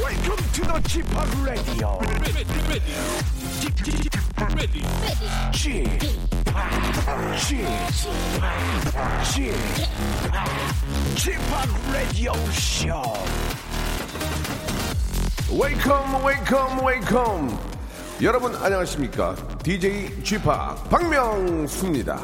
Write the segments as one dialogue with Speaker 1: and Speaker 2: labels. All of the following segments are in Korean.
Speaker 1: Welcome to the g p o p Radio.
Speaker 2: ready, ready, ready,
Speaker 1: g p o p g p o p g p o p Radio Show.
Speaker 3: 웨이컴 웨이컴 웨이컴 여러분 안녕하십니까 DJ g p o p 박명수입니다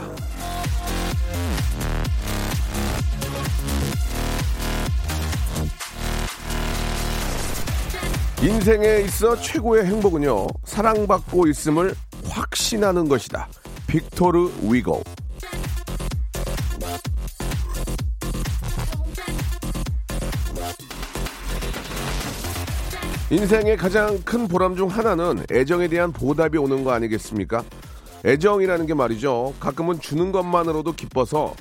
Speaker 3: 인생에 있어 최고의 행복은요 사랑받고 있음을 확신하는 것이다 빅토르 위고 인생의 가장 큰 보람 중 하나는 애정에 대한 보답이 오는 거 아니겠습니까? 애정이라는 게 말이죠. 가끔은 주는 것만으로도 기뻐서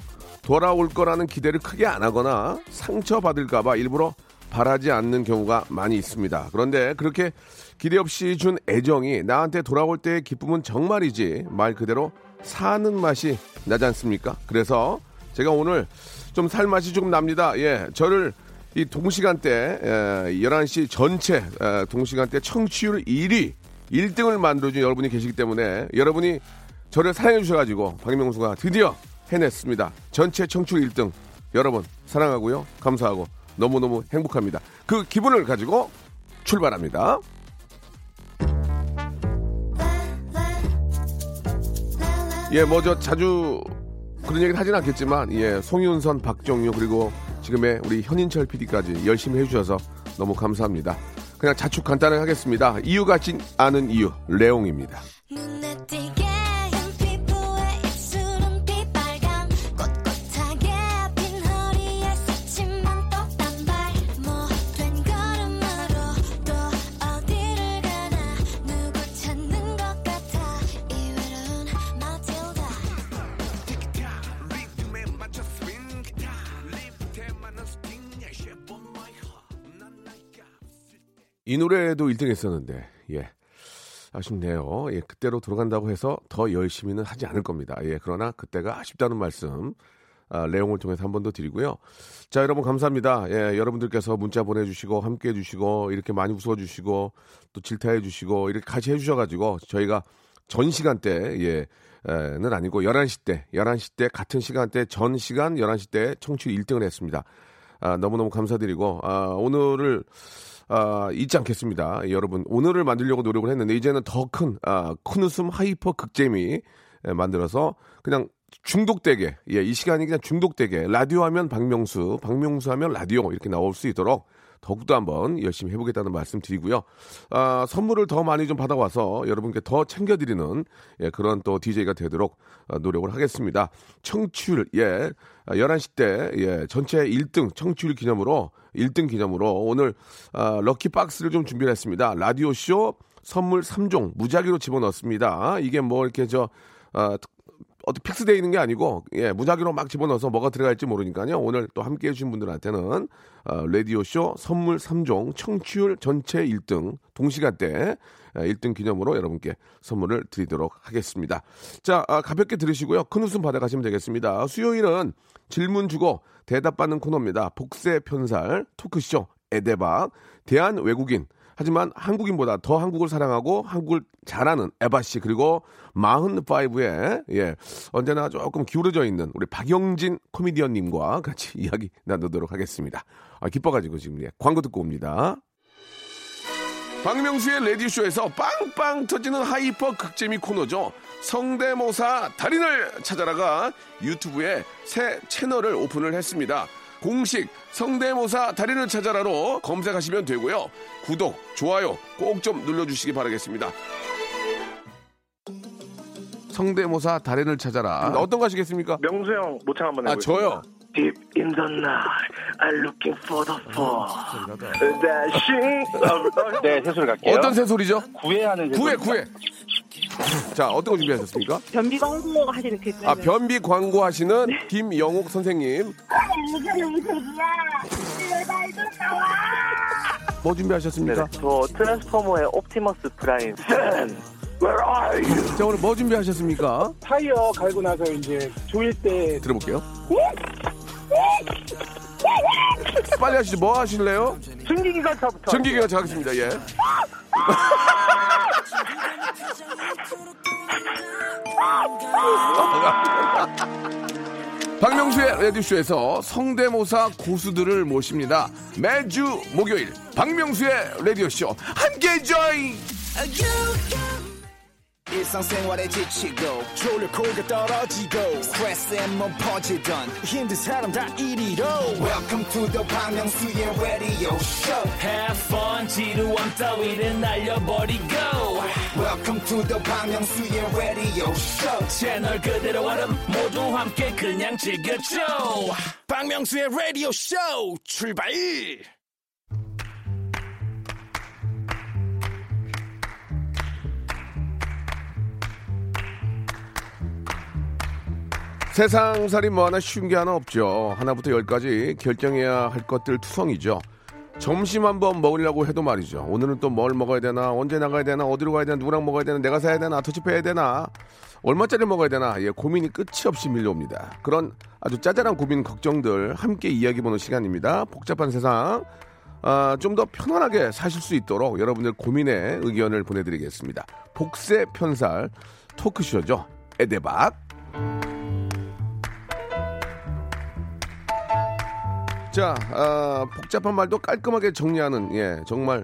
Speaker 3: 돌아올 거라는 기대를 크게 안 하거나 상처받을까봐 일부러 바라지 않는 경우가 많이 있습니다. 그런데 그렇게 기대 없이 준 애정이 나한테 돌아올 때의 기쁨은 정말이지 말 그대로 사는 맛이 나지 않습니까? 그래서 제가 오늘 좀 살 맛이 조금 납니다. 예, 저를 이 동시간대 에, 11시 전체 에, 동시간대 청취율 1위 1등을 만들어준 여러분이 계시기 때문에 여러분이 저를 사랑해 주셔가지고 박명수가 드디어 해냈습니다. 전체 청취율 1등 여러분 사랑하고요 감사하고 너무너무 행복합니다. 그 기분을 가지고 출발합니다. 예, 뭐 저 자주 그런 얘기는 하진 않겠지만 예, 송윤선, 박정유 그리고 지금의 우리 현인철 PD까지 열심히 해주셔서 너무 감사합니다. 그냥 자축 간단하게 하겠습니다. 이유 같진 않은 이유 레옹입니다.
Speaker 4: 눈에 띄게 흰 피부에 입술은 빛빨강 꼿꼿하게 핀 허리에 새침한 또 단발못된 걸음으로 또 어디를 가나 누굴 찾는 것 같아 이외로운 마틸다
Speaker 3: 이 노래도 1등 했었는데 예 아쉽네요 예 그때로 돌아간다고 해서 더 열심히는 하지 않을 겁니다 예 그러나 그때가 아쉽다는 말씀 아, 내용을 통해서 한 번 더 드리고요 자 여러분 감사합니다 예 여러분들께서 문자 보내주시고 함께해 주시고 이렇게 많이 웃어주시고 또 질타해 주시고 이렇게 같이 해주셔가지고 저희가 전 시간대 예 에는 아니고 11시 때 11시 때 같은 시간대 전 시간 11시 때 청취율 1등을 했습니다 아, 너무너무 감사드리고 아, 오늘을 아, 잊지 않겠습니다. 예, 여러분 오늘을 만들려고 노력을 했는데 이제는 더 큰 아, 큰 웃음 하이퍼 극재미 예, 만들어서 그냥 중독되게 예, 이 시간이 그냥 중독되게 라디오 하면 박명수, 박명수 하면 라디오 이렇게 나올 수 있도록 더욱더 한번 열심히 해보겠다는 말씀 드리고요. 아, 선물을 더 많이 좀 받아와서 여러분께 더 챙겨드리는 예, 그런 또 DJ가 되도록 아, 노력을 하겠습니다. 청취율, 예, 아, 11시 때, 예, 전체 1등 청취율 기념으로, 1등 기념으로 오늘, 아, 럭키박스를 좀 준비를 했습니다. 라디오쇼 선물 3종 무작위로 집어넣습니다. 이게 뭐 이렇게 저, 아, 어떻게 픽스되어 있는 게 아니고 예 무작위로 막 집어넣어서 뭐가 들어갈지 모르니까요 오늘 또 함께 해주신 분들한테는 어, 라디오쇼 선물 3종 청취율 전체 1등 동시간대 예, 1등 기념으로 여러분께 선물을 드리도록 하겠습니다 자 아, 가볍게 들으시고요 큰 웃음 받아가시면 되겠습니다 수요일은 질문 주고 대답받는 코너입니다 복세 편살 토크쇼 에데박 대한 외국인 하지만 한국인보다 더 한국을 사랑하고 한국을 잘하는 에바 씨 그리고 45의 예 언제나 조금 기울어져 있는 우리 박영진 코미디언님과 같이 이야기 나누도록 하겠습니다. 아, 기뻐가지고 지금 예, 광고 듣고 옵니다. 박명수의 레디쇼에서 빵빵 터지는 하이퍼 극재미 코너죠. 성대모사 달인을 찾아라가 유튜브에 새 채널을 오픈을 했습니다. 공식 성대모사 달인을 찾아라로 검색하시면 되고요. 구독, 좋아요 꼭 좀 눌러주시기 바라겠습니다. 성대모사 달인을 찾아라. 네. 어떤 거 하시겠습니까?
Speaker 5: 명수 형 모창 한번
Speaker 3: 아,
Speaker 5: 해보세요.
Speaker 3: 저요.
Speaker 5: Deep in the night, I'm looking for the fall.
Speaker 3: 네,
Speaker 5: Dashing. 아,
Speaker 6: 네, 세수를 갈게요.
Speaker 3: 어떤 새소리죠?
Speaker 6: 구애하는 세수.
Speaker 3: 구해, 구해. 자, 어떤 거 준비하셨습니까?
Speaker 7: 변비 광고 하시는 그
Speaker 3: 아 변비 광고하시는 김영옥 선생님 뭐 준비하셨습니까?
Speaker 5: 네. 저 트랜스포머의 옵티머스 프라임. Where are you?
Speaker 3: 자 오늘 뭐 준비하셨습니까?
Speaker 8: 네. 타이어 갈고 나서 이제 조일 때
Speaker 3: 들어볼게요. 빨리 하시죠. 뭐 하실래요?
Speaker 6: 증기기관차부터.
Speaker 3: 전기기가 작겠습니다. 예. 박명수의 라디오쇼에서 성대모사 고수들을 모십니다. 매주 목요일 박명수의 라디오쇼 함께 join.
Speaker 7: 일상생활에 지치고, 졸려 코가 떨어지고, 스트레스에 몸 퍼지던, 힘든 사람 다 이리로. welcome to the Bang Myung-soo's radio show
Speaker 8: Have fun 지루함 따위를 날려버리고
Speaker 7: welcome to the Bang Myung-soo's radio show
Speaker 8: 채널 그대로 얼음 모두 함께 그냥 즐겨줘
Speaker 7: 박명수의 radio show 출발
Speaker 3: 세상살이 뭐 하나 쉬운 게 하나 없죠. 하나부터 열까지 결정해야 할 것들 투성이죠. 점심 한번 먹으려고 해도 말이죠. 오늘은 또 뭘 먹어야 되나, 언제 나가야 되나, 어디로 가야 되나, 누구랑 먹어야 되나, 내가 사야 되나, 터치해야 되나, 얼마짜리 먹어야 되나, 예, 고민이 끝이 없이 밀려옵니다. 그런 아주 짜잘한 고민, 걱정들 함께 이야기보는 시간입니다. 복잡한 세상, 아, 좀 더 편안하게 사실 수 있도록 여러분들 고민의 의견을 보내드리겠습니다. 복세 편살 토크쇼죠. 에데박. 자, 아, 복잡한 말도 깔끔하게 정리하는 예, 정말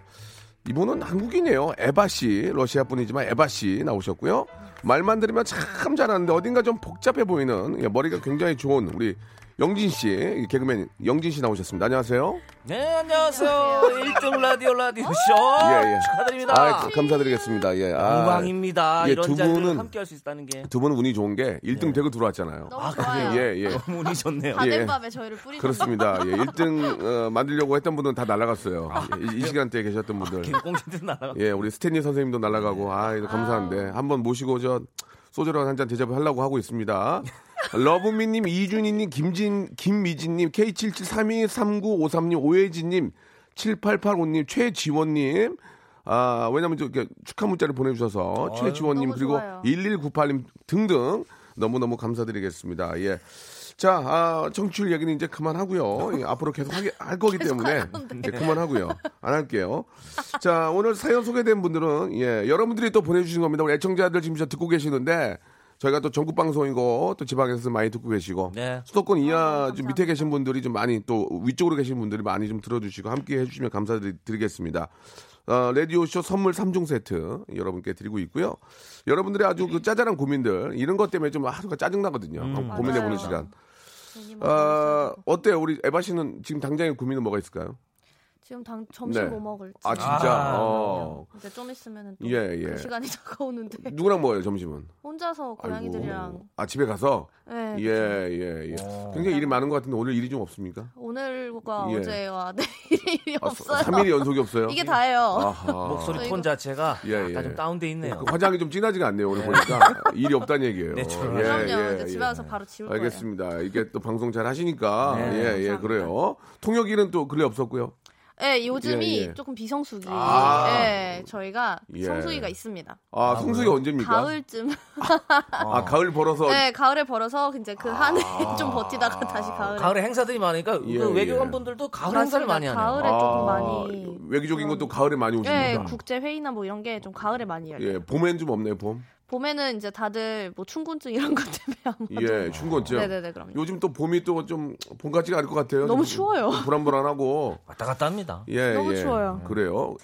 Speaker 3: 이분은 한국인이에요. 에바 씨, 러시아 분이지만 에바 씨 나오셨고요. 말만 들으면 참 잘하는데 어딘가 좀 복잡해 보이는 예, 머리가 굉장히 좋은 우리 영진 씨, 이 개그맨 영진 씨 나오셨습니다. 안녕하세요.
Speaker 8: 네 안녕하세요 1등 라디오
Speaker 9: 아.
Speaker 8: 라디오쇼
Speaker 3: 예, 예.
Speaker 8: 축하드립니다
Speaker 3: 아, 감사드리겠습니다. 예. 아,
Speaker 8: 영광입니다
Speaker 3: 예, 두
Speaker 8: 이런 자리를
Speaker 3: 분은-
Speaker 8: 함께 할 수 있다는 게 네.
Speaker 3: 두 분은 운이 좋은 게 1등 되고 들어왔잖아요.
Speaker 9: 너무 좋아요.
Speaker 3: 예, 예.
Speaker 8: 너무 운이 좋네요
Speaker 9: 다된
Speaker 3: 예.
Speaker 9: 밤에 저희를 뿌리셨어요.
Speaker 3: 그렇습니다. 예, 1등 만들려고 했던 분은 다 날아갔어요. 예, 이, 이 시간대에 계셨던 분들.
Speaker 8: 공신들 날아가 네.
Speaker 3: 예, 우리 스탠리 선생님도 날아가고, 아, 이거 감사한데. 한번 모시고 저 소주랑 한잔 대접을 하려고 하고 있습니다. 러브미님, 이준희님, 김진, 김미진님, K77323953님, 오혜진님, 7885님, 최지원님, 아, 왜냐면 저 이렇게 축하 문자를 보내주셔서 최지원님
Speaker 9: 어, 너무
Speaker 3: 그리고
Speaker 9: 좋아요.
Speaker 3: 1198님 등등 너무너무 감사드리겠습니다. 예. 자, 아, 청취율 얘기는 이제 그만하고요. 예, 앞으로 계속 하게, 할 거기 때문에 이제 그만하고요. 안 할게요. 자, 오늘 사연 소개된 분들은 예, 여러분들이 또 보내주신 겁니다. 우리 애청자들 지금 저 듣고 계시는데 저희가 또 전국 방송이고 또 지방에서 많이 듣고 계시고
Speaker 8: 네.
Speaker 3: 수도권 이하 좀 밑에 계신 분들이 좀 많이 또 위쪽으로 계신 분들이 많이 좀 들어주시고 함께 해주시면 감사드리겠습니다. 어, 라디오쇼 선물 3종 세트 여러분께 드리고 있고요. 여러분들의 아주 그 짜잘한 고민들 이런 것 때문에 좀 하루가 짜증나거든요. 한번 고민해보는
Speaker 9: 음, 맞아요.
Speaker 3: 시간.
Speaker 9: 괜히 뭐 막
Speaker 3: 어, 어때요? 우리 에바 씨는 지금 당장의 고민은 뭐가 있을까요?
Speaker 9: 지금 당 점심
Speaker 3: 네.
Speaker 9: 뭐 먹을지.
Speaker 3: 아 진짜?
Speaker 8: 아.
Speaker 3: 어.
Speaker 9: 이제 좀 있으면은 또
Speaker 3: 예, 예.
Speaker 9: 그 시간이 다가오는데
Speaker 3: 누구랑 먹어요 점심은?
Speaker 9: 혼자서 고양이들이랑
Speaker 3: 아이고. 아 집에 가서
Speaker 9: 예.
Speaker 3: 예 예예
Speaker 8: 어.
Speaker 3: 굉장히 일이 많은 것 같은데 오늘 일이 좀 없습니까?
Speaker 9: 오늘과
Speaker 3: 예. 아,
Speaker 9: 어제와 내일이 없어요.
Speaker 3: 3일이 연속이 없어요.
Speaker 9: 이게 다예요.
Speaker 3: 아하.
Speaker 8: 목소리
Speaker 9: 이거-
Speaker 8: 톤 자체가
Speaker 3: 예,
Speaker 8: 약간
Speaker 3: 예.
Speaker 8: 좀 다운돼 있네요
Speaker 3: 그 화장이 좀 진하지가 않네요. 오늘 보니까 일이 없다는 얘기예요. 예.
Speaker 8: 네, 저는-
Speaker 9: 그럼요. 이제 집에 와서 바로 지울 거예요.
Speaker 3: 알겠습니다. 이게 또 방송 잘 하시니까
Speaker 8: 네,
Speaker 3: 예예
Speaker 9: 감사합니다.
Speaker 3: 그래요. 통역 일은 또 근래 없었고요.
Speaker 9: 예, 요즘이
Speaker 3: 예, 예.
Speaker 9: 조금 비성수기.
Speaker 3: 아.
Speaker 9: 예, 저희가
Speaker 3: 예.
Speaker 9: 성수기가 있습니다.
Speaker 3: 아, 성수기 언제입니까? 어.
Speaker 9: 가을쯤.
Speaker 3: 아 가을 벌어서
Speaker 9: 네, 가을에 벌어서 이제
Speaker 3: 아.
Speaker 9: 그 한해 좀 버티다가 다시 가을에.
Speaker 8: 가을에 행사들이 많으니까
Speaker 3: 예,
Speaker 8: 그
Speaker 3: 예.
Speaker 8: 외교관분들도 가을
Speaker 9: 맞습니다.
Speaker 8: 행사를 많이 하네요
Speaker 9: 가을에 조금 많이
Speaker 3: 아, 외교적인 것도 가을에 많이
Speaker 9: 예,
Speaker 3: 오십니다.
Speaker 9: 국제 회의나 뭐 이런 게 좀 가을에 많이 열려요.
Speaker 3: 예, 봄엔 좀 없네요, 봄.
Speaker 9: 봄에는 이제 다들 뭐 춘곤증 이런 것 때문에 아마도
Speaker 3: 예, 충고죠.
Speaker 9: 네네네, 그럼요.
Speaker 3: 요즘 또 봄이 또 좀 봄 같지가 않을 것 같아요.
Speaker 9: 너무
Speaker 3: 좀
Speaker 9: 추워요.
Speaker 3: 불안불안하고.
Speaker 8: 왔다 갔다 합니다
Speaker 3: 예,
Speaker 9: 너무
Speaker 3: 예.
Speaker 9: 추워요.
Speaker 3: 그래요.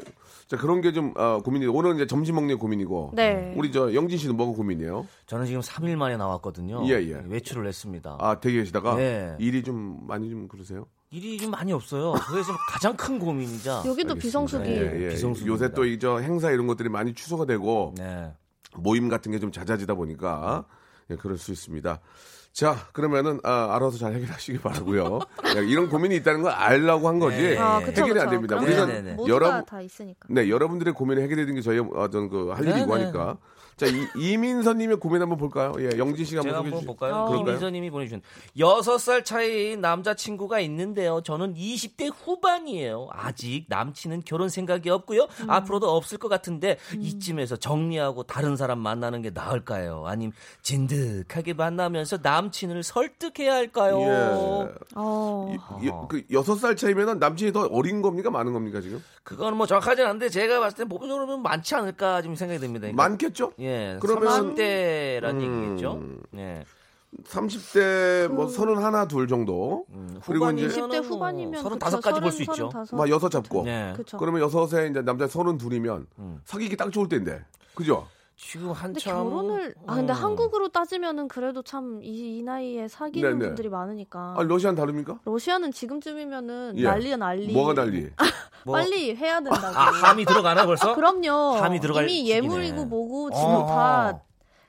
Speaker 3: 자, 그런 게 좀 아, 고민이 오늘은 이제 점심 먹는 게 고민이고.
Speaker 9: 네.
Speaker 3: 음. 우리 저 영진 씨는 뭐가 고민이에요?
Speaker 8: 저는 지금 3일 만에 나왔거든요
Speaker 3: 예, 예.
Speaker 8: 외출을 했습니다
Speaker 3: 아, 대기 계시다가
Speaker 8: 네.
Speaker 3: 일이 좀 많이 좀 그러세요?
Speaker 8: 일이 좀 많이 없어요 그래서 가장 큰 고민이자
Speaker 9: 여기도 비성수기.
Speaker 3: 예, 예.
Speaker 8: 비성수기입니다.
Speaker 3: 요새 또 이 저 행사 이런 것들이 많이 취소가 되고
Speaker 8: 네.
Speaker 3: 모임 같은 게 좀 잦아지다 보니까 예, 그럴 수 있습니다. 자, 그러면은 아, 알아서 잘 해결하시기 바라고요. 예, 이런 고민이 있다는 걸 알라고 한 거지.
Speaker 8: 네.
Speaker 9: 아, 그쵸,
Speaker 3: 해결이
Speaker 9: 그쵸.
Speaker 3: 안 됩니다.
Speaker 9: 그러면
Speaker 3: 우리는
Speaker 8: 네네네.
Speaker 9: 모두가
Speaker 3: 여러분
Speaker 9: 다 있으니까.
Speaker 3: 네, 여러분들의 고민을 해결해 드린 게 저희 어떤 그 할 일이고
Speaker 8: 네네.
Speaker 3: 하니까. 자, 이, 민선님의 고민 한번 볼까요? 예, 영진 씨가
Speaker 8: 제가
Speaker 3: 한번
Speaker 8: 한번
Speaker 3: 소개해 주시죠.
Speaker 8: 볼까요?
Speaker 9: 그럴까요?
Speaker 8: 김민서님이 아. 보내주신 6살 차이 남자친구가 있는데요. 저는 20대 후반이에요. 아직 남친은 결혼 생각이 없고요. 앞으로도 없을 것 같은데 이쯤에서 정리하고 다른 사람 만나는 게 나을까요? 아님 진득하게 만나면서 남 남친을 설득해야 할까요?
Speaker 3: 예.
Speaker 9: 어.
Speaker 3: 이- 여- 그 여섯 살 차이면 남친이 더 어린 겁니까 많은 겁니까 지금?
Speaker 8: 그건 뭐 정확하진 않은데 제가 봤을 때 보편적으로 보면 많지 않을까 지금 생각이 듭니다. 그러니까
Speaker 3: 많겠죠?
Speaker 8: 예,
Speaker 3: 그러면- 음.
Speaker 8: 30대라는 얘기겠죠. 예.
Speaker 3: 30대
Speaker 9: 음.
Speaker 3: 뭐 서른 하나 둘 정도 그리고 이제
Speaker 8: 후반이면은
Speaker 9: 20대 후반이면
Speaker 8: 서른
Speaker 9: 그쵸,
Speaker 8: 다섯 까지 볼 수
Speaker 9: 서른,
Speaker 8: 있죠.
Speaker 9: 서른다섯.
Speaker 3: 막 여섯 잡고
Speaker 8: 예.
Speaker 9: 네. 그쵸. 음.
Speaker 3: 그러면 여섯에 이제 남자 서른 둘이면 사귀기 딱 좋을 때인데 그죠?
Speaker 8: 지금
Speaker 9: 근데
Speaker 8: 한참
Speaker 9: 결혼을 아 근데
Speaker 8: 어.
Speaker 9: 한국으로 따지면은 그래도 참 이 나이에 사귀는
Speaker 3: 네네.
Speaker 9: 분들이 많으니까
Speaker 3: 아 러시아는 다릅니까?
Speaker 9: 러시아는 지금쯤이면은
Speaker 3: 예.
Speaker 9: 난리야 난리 아,
Speaker 3: 뭐가 달리?
Speaker 8: 뭐-
Speaker 9: 빨리 해야 된다고
Speaker 8: 아, 함이 들어가나 벌써?
Speaker 9: 그럼요
Speaker 8: 감이 들어갈
Speaker 9: 이미
Speaker 8: 시기네.
Speaker 9: 예물이고 뭐고 지금
Speaker 8: 어.
Speaker 9: 다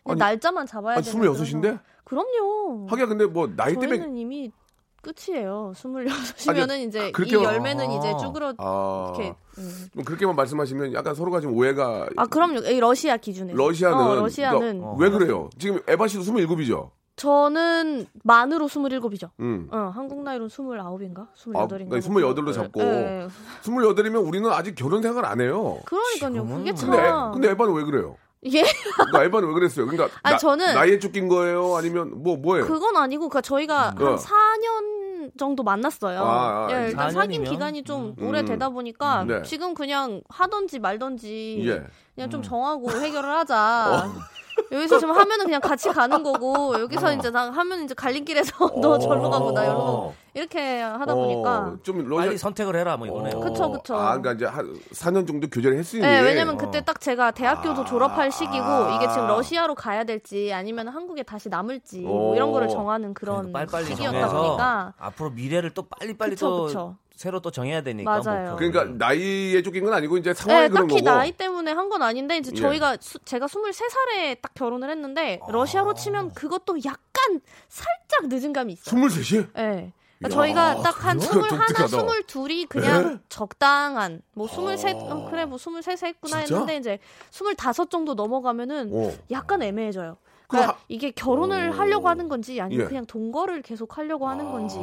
Speaker 9: 그냥
Speaker 3: 아니,
Speaker 9: 날짜만 잡아야
Speaker 3: 아니,
Speaker 9: 되는
Speaker 3: 26인데?
Speaker 9: 그런 상황. 그럼요
Speaker 3: 하기야 근데 뭐 나이 때문에
Speaker 9: 음.
Speaker 3: 아,
Speaker 9: 저희는 이미 끝이에요 26이면은 이제
Speaker 3: 그렇게-
Speaker 9: 이 열매는
Speaker 8: 아.
Speaker 9: 이제 쭈그러
Speaker 3: 아
Speaker 9: 이렇게 음.
Speaker 3: 그럼 그렇게만 말씀하시면 약간 서로가 지금 오해가
Speaker 9: 아 그럼요 이 러시아 기준에
Speaker 3: 러시아는
Speaker 9: 어, 러시아는
Speaker 3: 그러니까 왜 그래요? 지금 에바 씨도 27이죠.
Speaker 9: 저는 만으로 27이죠
Speaker 3: 음.
Speaker 9: 어, 한국 나이로 29인가?
Speaker 3: 아,
Speaker 9: 28인가? 예, 네.
Speaker 3: 그러니까 28로 잡고 28이면 우리는 아직 결혼 생각을 안 해요.
Speaker 9: 그러니까요.
Speaker 8: 지금은
Speaker 9: 그게 참.
Speaker 3: 근데 에- 근데 에바는 왜 그래요?
Speaker 9: 예.
Speaker 3: 그러니까 에바는 왜 그랬어요? 그러니까
Speaker 9: 아니,
Speaker 3: 나,
Speaker 9: 저는-
Speaker 3: 나이에 쫓긴 거예요? 아니면 뭐 뭐예요?
Speaker 9: 그건 아니고 그러니까 저희가
Speaker 3: 음.
Speaker 9: 한 4년 정도 만났어요.
Speaker 3: 아, 아,
Speaker 9: 예, 일단 사귄
Speaker 8: 4년이면?
Speaker 9: 기간이 좀
Speaker 3: 음.
Speaker 9: 오래되다 보니까
Speaker 3: 음. 네.
Speaker 9: 지금 그냥 하던지 말던지
Speaker 3: 예. 어.
Speaker 9: 그냥
Speaker 8: 음.
Speaker 9: 좀 정하고 해결을 하자. 여기서 좀 하면은 그냥 같이 가는 거고 여기서 이제 나 하면 이제 갈림길에서 너 절로 가고 나 여기로 가고 이렇게 하다 보니까
Speaker 3: 어, 좀 러시아
Speaker 8: 빨리 선택을 해라 뭐 이거네요.
Speaker 3: 어,
Speaker 9: 그쵸, 그쵸.
Speaker 3: 아, 그러니까 이제 한 4년 정도 교제를 했으니.
Speaker 9: 네, 왜냐면
Speaker 8: 어.
Speaker 9: 그때 딱 제가 대학교도
Speaker 3: 예. 아.
Speaker 9: 졸업할 시기고 이게 지금
Speaker 3: 아.
Speaker 9: 러시아로 가야 될지 아니면 한국에 다시 남을지 뭐 이런
Speaker 3: 오.
Speaker 9: 거를 정하는 그런
Speaker 8: 그러니까 빨리빨리
Speaker 9: 시기였다
Speaker 8: 정해서
Speaker 9: 보니까
Speaker 8: 앞으로 미래를 또 빨리빨리
Speaker 9: 그쵸,
Speaker 8: 또
Speaker 9: 그쵸.
Speaker 8: 새로 또 정해야 되니까.
Speaker 9: 맞아요.
Speaker 8: 뭐
Speaker 3: 그러니까 나이에 쫓긴 건 아니고 이제 상황이
Speaker 9: 네,
Speaker 3: 그런
Speaker 9: 딱히
Speaker 3: 거고.
Speaker 9: 나이 때문에 한 건 아닌데 이제
Speaker 3: 예.
Speaker 9: 저희가 수- 제가 23살에 딱 결혼을 했는데 러시아로 치면 그것도 약간 살짝 늦은 감이 있어요.
Speaker 3: 23시?
Speaker 9: 네. 그러니까
Speaker 3: 야,
Speaker 9: 저희가 딱 한
Speaker 3: 그거
Speaker 9: 21,
Speaker 3: 독특하다. 예?
Speaker 9: 22이 그냥 적당한 뭐 23, 어, 그래 뭐 23세 했구나
Speaker 3: 아. 진짜?
Speaker 9: 했는데 이제 25 정도 넘어가면은
Speaker 3: 어.
Speaker 9: 약간 애매해져요.
Speaker 3: 그럼
Speaker 9: 그러니까 이게 결혼을
Speaker 3: 어.
Speaker 9: 하려고 하는 건지 아니면
Speaker 3: 예. 아,
Speaker 9: 그냥 동거를 계속 하려고 하는 건지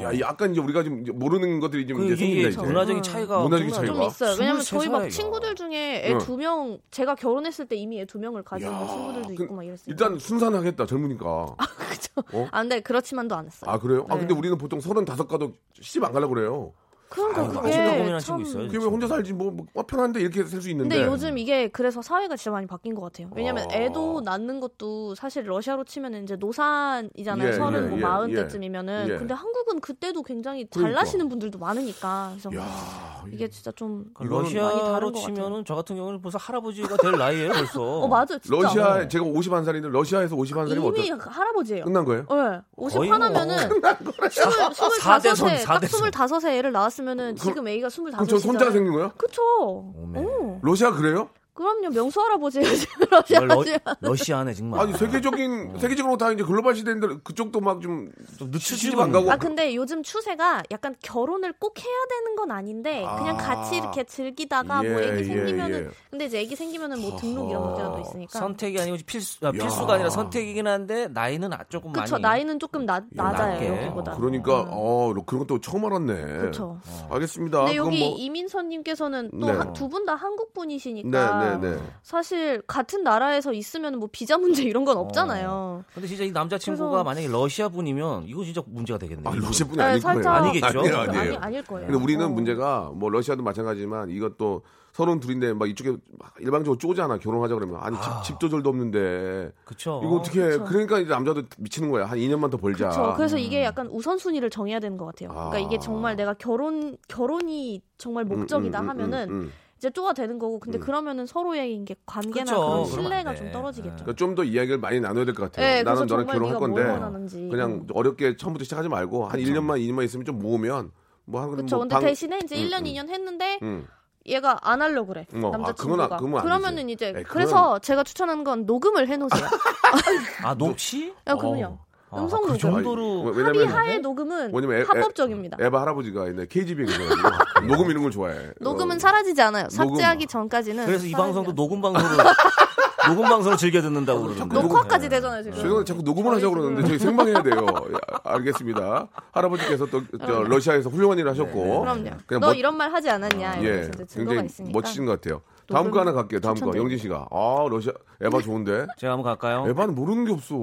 Speaker 3: 야, 이 약간 이제 우리가 지금 이제 모르는 것들이 지금
Speaker 8: 그
Speaker 3: 이제 생긴다
Speaker 8: 이게
Speaker 3: 이제.
Speaker 8: 문화적인
Speaker 9: 음.
Speaker 8: 차이가
Speaker 3: 문화적인
Speaker 8: 엄청나요.
Speaker 3: 차이가.
Speaker 9: 좀 있어요. 왜냐면 저희 막
Speaker 8: 24 이요.
Speaker 9: 친구들 중에
Speaker 3: 응.
Speaker 9: 애 두 명, 제가 결혼했을 때 이미 애 두 명을 가진
Speaker 3: 야,
Speaker 9: 친구들도
Speaker 3: 그-
Speaker 9: 있고 막 이랬어요.
Speaker 3: 일단 순산하겠다 젊으니까.
Speaker 9: 그죠.
Speaker 3: 어?
Speaker 9: 아, 근데 그렇지만도 않았어요.
Speaker 3: 아 그래요? 아
Speaker 9: 네.
Speaker 3: 근데 우리는 보통 35 가도 시집 안 가려고 그래요.
Speaker 9: 그런 거
Speaker 8: 아이고,
Speaker 9: 그게
Speaker 8: 아직도 고민하는
Speaker 9: 참.
Speaker 8: 친구 있어요.
Speaker 3: 그게 왜 혼자 살지 뭐, 뭐 어, 편한데 이렇게 살 수 있는데.
Speaker 9: 근데 요즘 이게 그래서 사회가 진짜 많이 바뀐 것 같아요. 왜냐면
Speaker 3: 어.
Speaker 9: 애도 낳는 것도 사실 러시아로 치면 이제 노산이잖아요.
Speaker 3: 예,
Speaker 9: 서른
Speaker 3: 예,
Speaker 9: 뭐
Speaker 3: 예,
Speaker 9: 마흔
Speaker 3: 예.
Speaker 9: 때쯤이면은.
Speaker 3: 예.
Speaker 9: 근데 한국은 그때도 굉장히 잘
Speaker 3: 그러니까.
Speaker 9: 나시는 분들도 많으니까. 그래서
Speaker 3: 야,
Speaker 9: 이게 진짜 좀
Speaker 8: 그러니까 러시아로
Speaker 9: 다른 것
Speaker 8: 치면은 저 같은 경우는 벌써 할아버지가 될 나이예요 벌써.
Speaker 9: 어 맞아요. 진짜
Speaker 3: 러시아 제가 51살인데 러시아에서 51살이면
Speaker 9: 이미
Speaker 3: 어때?
Speaker 9: 할아버지예요.
Speaker 3: 끝난 거예요?
Speaker 9: 네.
Speaker 8: 거의
Speaker 9: 50 하나면은
Speaker 8: 뭐
Speaker 9: 스물
Speaker 8: 아, 사대 손,
Speaker 9: 25세 딱
Speaker 8: 사대 손.
Speaker 9: 25세 애를 낳았으면은
Speaker 3: 그럼-
Speaker 9: 지금 애기가 25세.
Speaker 3: 그럼 저 손자가 생긴 거예요?
Speaker 9: 그쵸. 오.
Speaker 3: 러시아 그래요?
Speaker 9: 그럼요. 명수 할아버지
Speaker 8: 정말 러,
Speaker 9: 러시아지.
Speaker 8: 러시아네 정말.
Speaker 3: 아니 세계적인
Speaker 9: 어.
Speaker 3: 세계적으로 다 이제 글로벌 시대인데 그쪽도 막 좀
Speaker 8: 좀 늦추지
Speaker 3: 시집 안 가고
Speaker 9: 아 근데 요즘 추세가 약간 결혼을 꼭 해야 되는 건 아닌데 그냥
Speaker 3: 아.
Speaker 9: 같이 이렇게 즐기다가 뭐
Speaker 3: 예,
Speaker 9: 애기
Speaker 3: 예,
Speaker 9: 생기면은
Speaker 3: 예.
Speaker 9: 근데 이제 애기 생기면은 뭐 등록 이런 문제도 있으니까.
Speaker 8: 선택이 아니고 필수 아, 필수가 아니라 선택이긴 한데 나이는 아- 조금
Speaker 9: 그쵸
Speaker 8: 많이. 예,
Speaker 9: 나이는 조금 낮, 낮아요
Speaker 8: 낮게.
Speaker 9: 여기보다. 음.
Speaker 3: 그러니까 어 그런 것도 처음 알았네. 어.
Speaker 9: 그쵸.
Speaker 3: 알겠습니다.
Speaker 9: 근데
Speaker 3: 그건
Speaker 9: 여기
Speaker 3: 뭐-
Speaker 9: 이민선님께서는
Speaker 3: 네.
Speaker 9: 또 두 분 다 한국 분이시니까 아.
Speaker 3: 네, 네, 네.
Speaker 9: 사실 같은 나라에서 있으면 뭐 비자 문제 이런
Speaker 3: 어.
Speaker 9: 건 없잖아요.
Speaker 8: 근데 진짜 이 남자친구가
Speaker 9: 그래서-
Speaker 8: 만약에 러시아 분이면 이거 진짜 문제가 되겠네요.
Speaker 3: 아, 러시아 분이
Speaker 9: 네,
Speaker 3: 아닐
Speaker 9: 살짝-
Speaker 3: 거예요.
Speaker 9: 그렇죠.
Speaker 8: 음. 아니겠죠?
Speaker 3: 아니에요,
Speaker 9: 아니,
Speaker 3: 아니에요.
Speaker 9: 아닐 거예요.
Speaker 3: 근데 우리는
Speaker 9: 어.
Speaker 3: 문제가 뭐 러시아도 마찬가지지만 이것도 서른 둘인데 막 이쪽에 막 일방적으로 쪼잖아 결혼하자 그러면 아니 집, 집 조절도 없는데
Speaker 8: 그쵸.
Speaker 3: 이거 어떻게 해? 그러니까 이제 남자도 미치는 거야 한 2년만 더 벌자.
Speaker 9: 그렇죠. 그래서 이게 약간 우선순위를 정해야 되는 것 같아요.
Speaker 3: 음. 아.
Speaker 9: 그러니까 이게 정말 내가 결혼 결혼이 정말
Speaker 3: 음,
Speaker 9: 목적이다
Speaker 3: 음, 음,
Speaker 9: 하면은
Speaker 3: 음, 음.
Speaker 9: 이제 쪼가 되는 거고 근데 그러면은 서로의 이게
Speaker 3: 그렇죠.
Speaker 9: 관계나
Speaker 8: 그쵸.
Speaker 9: 그런
Speaker 8: 그러면
Speaker 9: 신뢰가
Speaker 8: 안 돼.
Speaker 9: 좀 떨어지겠죠.
Speaker 3: 그러니까 좀 더 이야기를 많이 나눠야 될 것 같아요.
Speaker 9: 네, 그래서
Speaker 3: 나는 너랑
Speaker 9: 정말
Speaker 3: 결혼할
Speaker 9: 네가 뭘
Speaker 3: 건데
Speaker 9: 원하는지.
Speaker 3: 그냥 어렵게 처음부터 시작하지 말고 한 1년만 2년만 있으면 좀 모으면 뭐 하는
Speaker 9: 그렇죠. 근데 대신에 이제 1년 2년 했는데
Speaker 3: 음.
Speaker 9: 얘가 안 하려 고 그래.
Speaker 3: 어, 아,
Speaker 9: 남자친구가.
Speaker 3: 그건 안- 그건 안
Speaker 9: 그러면은
Speaker 3: 되지.
Speaker 9: 이제
Speaker 3: 에이,
Speaker 9: 그래서 제가 추천하는 건 녹음을 해 놓으세요.
Speaker 8: 아 녹취?
Speaker 9: 야, 그럼요.
Speaker 8: 아,
Speaker 9: 음성
Speaker 8: 그
Speaker 9: 녹음.
Speaker 8: 정도로
Speaker 3: 아니, 왜냐면-
Speaker 9: 합의하에 녹음은
Speaker 3: 왜냐면 애- 애-
Speaker 9: 합법적입니다.
Speaker 3: 에바 할아버지가 있네 KGB에 계셔가지고 녹음 이런 걸 좋아해.
Speaker 9: 녹음은 사라지지 않아요.
Speaker 3: 어. 녹음.
Speaker 9: 삭제하기 전까지는.
Speaker 8: 그래서 이
Speaker 9: 사라지지
Speaker 8: 방송도
Speaker 9: 않아요.
Speaker 8: 녹음 방송으로 녹음 방송으로 즐겨 듣는다고
Speaker 3: 어,
Speaker 8: 그러는데.
Speaker 9: 녹화까지 되잖아요, 지금.
Speaker 3: 저희가 자꾸 녹음을 하자고 그러는데 저희 생방해야 돼요. 야, 알겠습니다. 할아버지께서 또 저, 러시아에서 훌륭한 일을 하셨고
Speaker 9: 네. 그럼요.
Speaker 3: 어? 그냥
Speaker 9: 너
Speaker 3: 멋-
Speaker 9: 이런 말 하지 않았냐. 이런
Speaker 3: 예,
Speaker 9: 진짜 증거가
Speaker 3: 굉장히
Speaker 9: 있으니까.
Speaker 3: 멋지신 것 같아요. 다음 거
Speaker 9: 노벨
Speaker 3: 하나 갈게요. 다음 거.
Speaker 9: 추천드립니다.
Speaker 3: 영진 씨가. 아, 러시아 에바 좋은데.
Speaker 8: 제가 한번 갈까요?
Speaker 3: 에바는 모르는 게 없어.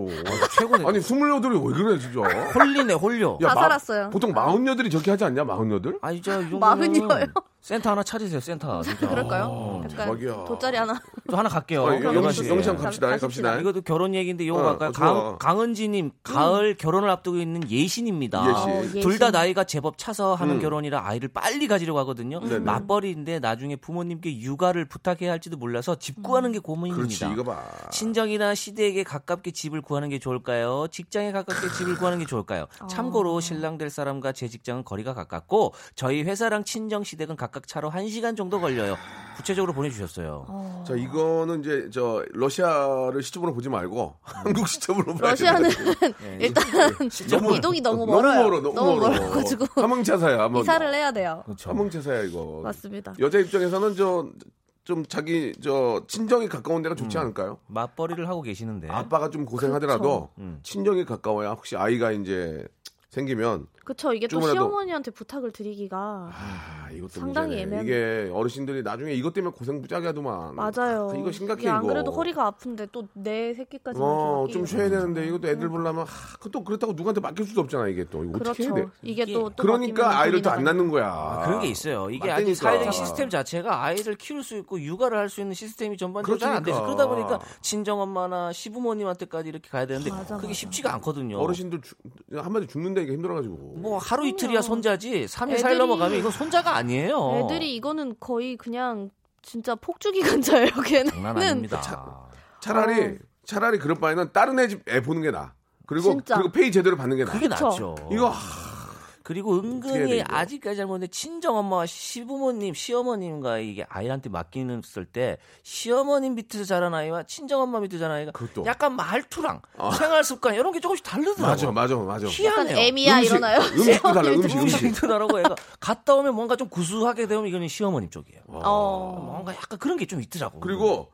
Speaker 8: 최고네.
Speaker 3: 아니, 스물여덟이 왜 그래, 진짜. 야,
Speaker 8: 홀리네 홀려.
Speaker 9: 다
Speaker 3: 마-
Speaker 9: 살았어요.
Speaker 3: 보통 마흔여덟이 저렇게 하지 않냐, 마흔여덟?
Speaker 8: 아니 저이
Speaker 9: 마흔이어요?
Speaker 8: 정도면 센터 하나 차리세요. 센터. 진짜.
Speaker 9: 그럴까요? 약간
Speaker 3: 대박이야.
Speaker 9: ਦੋ짜리 하나.
Speaker 8: 또 하나 갈게요.
Speaker 3: 아,
Speaker 9: 어, 그럼
Speaker 3: 영시,
Speaker 9: 가시죠.
Speaker 3: 영시 한번 갑시다.
Speaker 9: 가-
Speaker 3: 갑시다.
Speaker 8: 이것도 결혼 얘기인데 이거
Speaker 3: 네. 어,
Speaker 8: 갈까요?
Speaker 3: 좋아. 음.
Speaker 8: 강, 강은지님 가을 결혼을 앞두고 있는 예신입니다.
Speaker 3: 예신.
Speaker 9: 어,
Speaker 3: 둘
Speaker 9: 예신.
Speaker 8: 둘 다 나이가 제법 차서 하는 결혼이라 아이를 빨리 가지려고 하거든요.
Speaker 3: 네네.
Speaker 8: 맞벌이인데 나중에 부모님께 육아를 부탁해야 할지도 몰라서 집 구하는 게
Speaker 3: 그렇지,
Speaker 8: 고민입니다.
Speaker 3: 이거 봐.
Speaker 8: 친정이나 시댁에 가깝게 집을 구하는 게 좋을까요? 직장에 가깝게 집을 구하는 게 좋을까요?
Speaker 9: 어.
Speaker 8: 참고로 신랑 될 사람과 제 직장은 거리가 가깝고 저희 회사랑 친정 시댁은 각각 차로 1시간 정도 걸려요. 구체적으로 보내주셨어요.
Speaker 3: 자, 이거는 이제 저 러시아를 시점으로 보지 말고 한국 시점으로 봐야
Speaker 9: 음. 러시아는
Speaker 3: 되거든요.
Speaker 9: 일단
Speaker 3: 예, 너무-
Speaker 9: 이동이 너무
Speaker 3: 너무
Speaker 9: 멀어요.
Speaker 3: 멀어, 너무, 멀어.
Speaker 9: 멀어가지고
Speaker 3: 사망차사야. 한번. 예.
Speaker 9: 이사를 해야 돼요.
Speaker 8: 그렇죠.
Speaker 3: 사망차사야 이거.
Speaker 9: 맞습니다.
Speaker 3: 여자 입장에서는 저 좀 자기 저 친정이 가까운 데가
Speaker 9: 음.
Speaker 3: 좋지 않을까요?
Speaker 8: 맞벌이를 하고 계시는데
Speaker 9: 네.
Speaker 3: 아빠가 좀 고생하더라도
Speaker 9: 그렇죠. 음.
Speaker 3: 친정이 가까워야 혹시 아이가 이제 생기면
Speaker 9: 그쵸 이게 또
Speaker 3: 조금이라도-
Speaker 9: 시어머니한테 부탁을 드리기가
Speaker 3: 아 이것도
Speaker 9: 상당히
Speaker 3: 문제네. 이게 어르신들이 나중에 이것 때문에 고생 부작이 하더만.
Speaker 9: 맞아요.
Speaker 3: 이거 심각해
Speaker 9: 이게
Speaker 3: 이거.
Speaker 9: 안 그래도 허리가 아픈데 또 내 새끼까지
Speaker 3: 어, 좀 쉬어야 되는데 이것도
Speaker 9: 음.
Speaker 3: 애들 보려면 하, 그또 그렇다고 누구한테 맡길 수도 없잖아 이게 또 이거 어떻게
Speaker 9: 그렇죠.
Speaker 3: 해야 돼?
Speaker 9: 이게 또, 또
Speaker 3: 그러니까
Speaker 9: 맡기면
Speaker 3: 아이를 또 안
Speaker 9: 고민하잖아요.
Speaker 3: 낳는 거야.
Speaker 8: 그런 게 있어요. 이게 아직
Speaker 3: 맞다니까.
Speaker 8: 사회적 시스템 자체가 아이를 키울 수 있고 육아를 할 수 있는 시스템이 전반적으로 잘 안 돼서
Speaker 3: 그렇다니까.
Speaker 8: 그러다 보니까 친정 엄마나 시부모님한테까지 이렇게 가야 되는데 그게 쉽지가 않거든요.
Speaker 3: 어르신들 주- 한마디 죽는다 이게 힘들어가지고.
Speaker 8: 뭐 하루 이틀이야 손자지 3일
Speaker 9: 애들이-
Speaker 8: 4일 넘어가면 이건 손자가
Speaker 3: 어.
Speaker 8: 아니에요.
Speaker 9: 애들이 이거는 거의 그냥 진짜 폭주기 근처예요. 걔는
Speaker 8: 장난 아닙니다.
Speaker 9: 어.
Speaker 3: 차라리 차라리 그럴 바에는 다른 애 집 애 보는 게 나. 그리고
Speaker 9: 진짜.
Speaker 3: 그리고 페이 제대로 받는 게 나.
Speaker 8: 그게
Speaker 9: 그쵸.
Speaker 8: 낫죠.
Speaker 3: 이거
Speaker 8: 그리고
Speaker 3: 해야 돼,
Speaker 8: 은근히
Speaker 3: 이거?
Speaker 8: 아직까지 잘못했는데 친정 엄마와 시부모님, 시어머님과 이게 아이한테 맡기는 쓸 때 시어머님 밑에서 자란 아이와 친정 엄마 밑에서 자란 아이가
Speaker 3: 그것도. 아.
Speaker 8: 약간 말투랑 생활 습관 이런 게 조금씩 다르더라고요.
Speaker 3: 맞아 맞아 맞아.
Speaker 9: 약간
Speaker 8: 희한해요.
Speaker 9: 애미야
Speaker 3: 음식,
Speaker 9: 일어나요.
Speaker 3: 음식도 달라 음식 음식.
Speaker 8: 음식도 다르고 애가 갔다 오면 뭔가 좀 구수하게 되면 이거는 시어머님 쪽이에요.
Speaker 9: 어.
Speaker 3: 아,
Speaker 8: 뭔가 약간 그런 게 좀 있더라고. 음,
Speaker 3: 그리고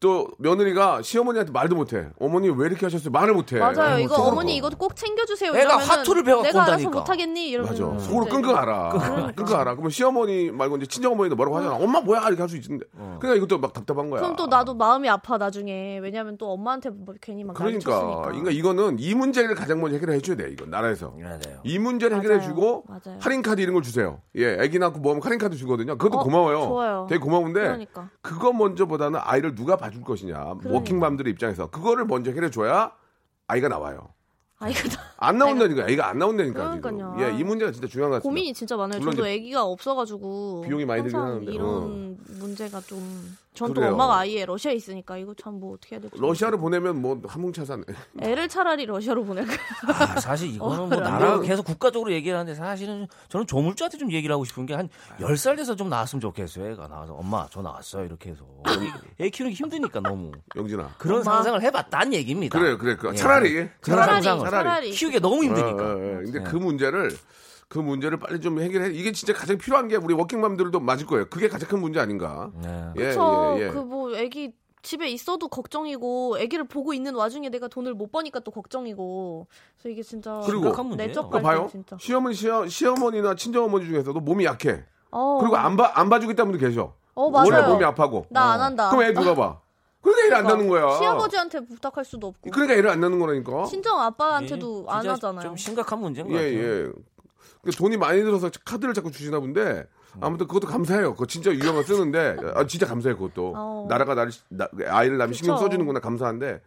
Speaker 3: 또 며느리가 시어머니한테 말도 못해. 어머니 왜 이렇게 하셨어요? 말을 못해.
Speaker 9: 맞아요. 이거
Speaker 3: 어떡하라고.
Speaker 9: 어머니 이것도 꼭 챙겨주세요.
Speaker 8: 애가
Speaker 9: 이러면은
Speaker 8: 화투를 배워
Speaker 9: 내가 알아서
Speaker 8: 본다니까.
Speaker 9: 못하겠니? 음. 이러면
Speaker 3: 맞아. 속으로 끙끙 알아. 끙끙 알아. 그러면 시어머니 말고 이제 친정 어머니도 뭐라고 하잖아. 엄마 뭐야 이렇게 할 수 있는데. 그러니까 이것도 막 답답한 거야.
Speaker 9: 어. 그럼 또 나도 마음이 아파 나중에. 왜냐면 또 엄마한테 뭐 괜히 막
Speaker 3: 그러니까.
Speaker 9: 난리
Speaker 3: 그러니까
Speaker 9: 쳤으니까.
Speaker 3: 이거는 이 문제를 가장 먼저 해결해 줘야 돼. 이거 나라에서.
Speaker 8: 맞아요.
Speaker 3: 이 문제를
Speaker 9: 맞아요.
Speaker 3: 해결해 주고
Speaker 9: 맞아요.
Speaker 3: 할인 카드 이런 걸 주세요. 예, 아기 낳고 뭐하면 할인 카드 주거든요. 그것도
Speaker 9: 어,
Speaker 3: 고마워요.
Speaker 9: 좋아요.
Speaker 3: 되게 고마운데
Speaker 9: 그러니까.
Speaker 3: 그거 먼저보다는 아이를 누가 봐줄 것이냐. 워킹맘들의 입장에서 그거를 먼저 해결해 줘야 아이가 나와요.
Speaker 9: 아 이거 다
Speaker 3: 안 나온다니까. 아이가 안 나온다니까 지금.
Speaker 9: 그러니까요.
Speaker 3: 예, 이 문제가 진짜 중요한 것 같습니다.
Speaker 9: 고민이 진짜 많아요.
Speaker 3: 물론
Speaker 9: 저도
Speaker 3: 이제
Speaker 9: 아기가 없어가지고
Speaker 3: 비용이 많이 들긴
Speaker 9: 항상
Speaker 3: 하는데, 어.
Speaker 9: 이런 문제가 좀. 전 또
Speaker 3: 그래요.
Speaker 9: 엄마가 아예 러시아에 있으니까 이거 참 뭐 어떻게 해야 될지.
Speaker 3: 러시아로 보내면 뭐 한뭉차사네.
Speaker 9: 애를 차라리 러시아로 보낼까.
Speaker 8: 아, 사실 이거는 뭐 나라가 계속 국가적으로 얘기를 하는데 사실은 저는 조물주한테 좀 얘기를 하고 싶은 게 한
Speaker 3: 아.
Speaker 8: 10살 돼서 좀 나왔으면 좋겠어요. 애가 나와서 엄마 저 나왔어요. 이렇게 해서. 애 키우는 게 힘드니까 너무.
Speaker 3: 영진아.
Speaker 8: 그런 상상을 해봤다는 얘기입니다.
Speaker 3: 그래요, 그래, 그
Speaker 8: 예.
Speaker 3: 차라리
Speaker 8: 차라리,
Speaker 3: 차라리 차라리.
Speaker 8: 키우기 너무 힘드니까.
Speaker 3: 어, 어, 어. 근데 그 문제를 그 문제를 빨리 좀 해결해. 이게 진짜 가장 필요한 게 우리 워킹맘들도 맞을 거예요. 그게 가장 큰 문제 아닌가.
Speaker 8: 네.
Speaker 3: 예,
Speaker 9: 그쵸.
Speaker 3: 예, 예.
Speaker 9: 그뭐 애기 집에 있어도 걱정이고 애기를 보고 있는 와중에 내가 돈을 못 버니까 또 걱정이고. 그래서 이게 진짜 어,
Speaker 3: 그리고
Speaker 8: 심각한 문제예요.
Speaker 9: 내적
Speaker 3: 그거
Speaker 9: 갈등
Speaker 3: 봐요.
Speaker 9: 진짜.
Speaker 3: 시어머니 시어, 시어머니나 친정어머니 중에서도 몸이 약해.
Speaker 9: 어.
Speaker 3: 그리고 안봐안 봐주겠다는 분도 계셔.
Speaker 9: 어, 맞아요.
Speaker 3: 원래 몸이 아파고. 어.
Speaker 9: 나 안 한다.
Speaker 3: 그럼 애 누가 봐? 그러니까 애를 안 낳는 거야.
Speaker 9: 시아버지한테 부탁할 수도 없고.
Speaker 3: 그러니까 애를 안 낳는 거라니까.
Speaker 9: 친정 아빠한테도
Speaker 8: 예,
Speaker 9: 안
Speaker 8: 진짜
Speaker 9: 하잖아요.
Speaker 8: 좀 심각한 문제인 것
Speaker 3: 예,
Speaker 8: 같아요.
Speaker 3: 예. 그 돈이 많이 들어서 카드를 자꾸 주시나 본데 아무튼 그것도 감사해요. 그거 진짜 유형을 쓰는데 아 진짜 감사해요 그것도.
Speaker 9: 어.
Speaker 3: 나라가 나를 나- 아이를 남이 신경
Speaker 9: 그쵸.
Speaker 3: 써주는구나 감사한데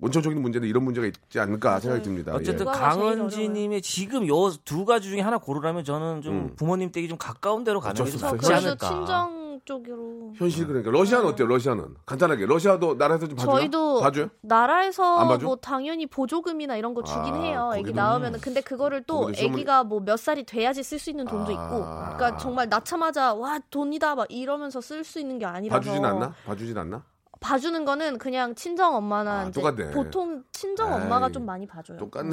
Speaker 3: 원천적인 문제는 이런 문제가 있지 않을까 생각이 듭니다.
Speaker 8: 어쨌든
Speaker 3: 예.
Speaker 9: 그거가 제일
Speaker 8: 강은지님의 지금 요 두 가지 중에 하나 고르라면 저는 좀 부모님 댁이 좀 가까운 데로 가는
Speaker 3: 음. 어쩔
Speaker 8: 게 좀
Speaker 3: 수 없어요.
Speaker 8: 낫지
Speaker 9: 그래도
Speaker 8: 않을까.
Speaker 9: 친정 쪽으로.
Speaker 3: 현실 그러니까 러시아는 어때요? 러시아는 간단하게 러시아도 나라에서 좀 봐줘요.
Speaker 9: 저희도
Speaker 3: 봐줘요?
Speaker 9: 나라에서
Speaker 3: 안 봐줘?
Speaker 9: 뭐 당연히 보조금이나 이런 거 주긴
Speaker 3: 아,
Speaker 9: 해요. 애기
Speaker 3: 거기는-
Speaker 9: 나오면은 근데 그거를 또
Speaker 3: 거기도 시어머니-
Speaker 9: 애기가 뭐 몇 살이 돼야지 쓸 수 있는 돈도
Speaker 3: 아.
Speaker 9: 있고, 그러니까 정말 낳자마자 와 돈이다 막 이러면서 쓸 수 있는 게 아니라서
Speaker 3: 봐주진 않나? 봐주진 않나?
Speaker 9: 봐주는 거는 그냥 친정
Speaker 3: 아,
Speaker 9: 엄마나 이제
Speaker 3: 똑같네.
Speaker 9: 보통 친정 엄마가
Speaker 3: 에이,
Speaker 9: 좀 많이 봐줘요.
Speaker 3: 똑같네.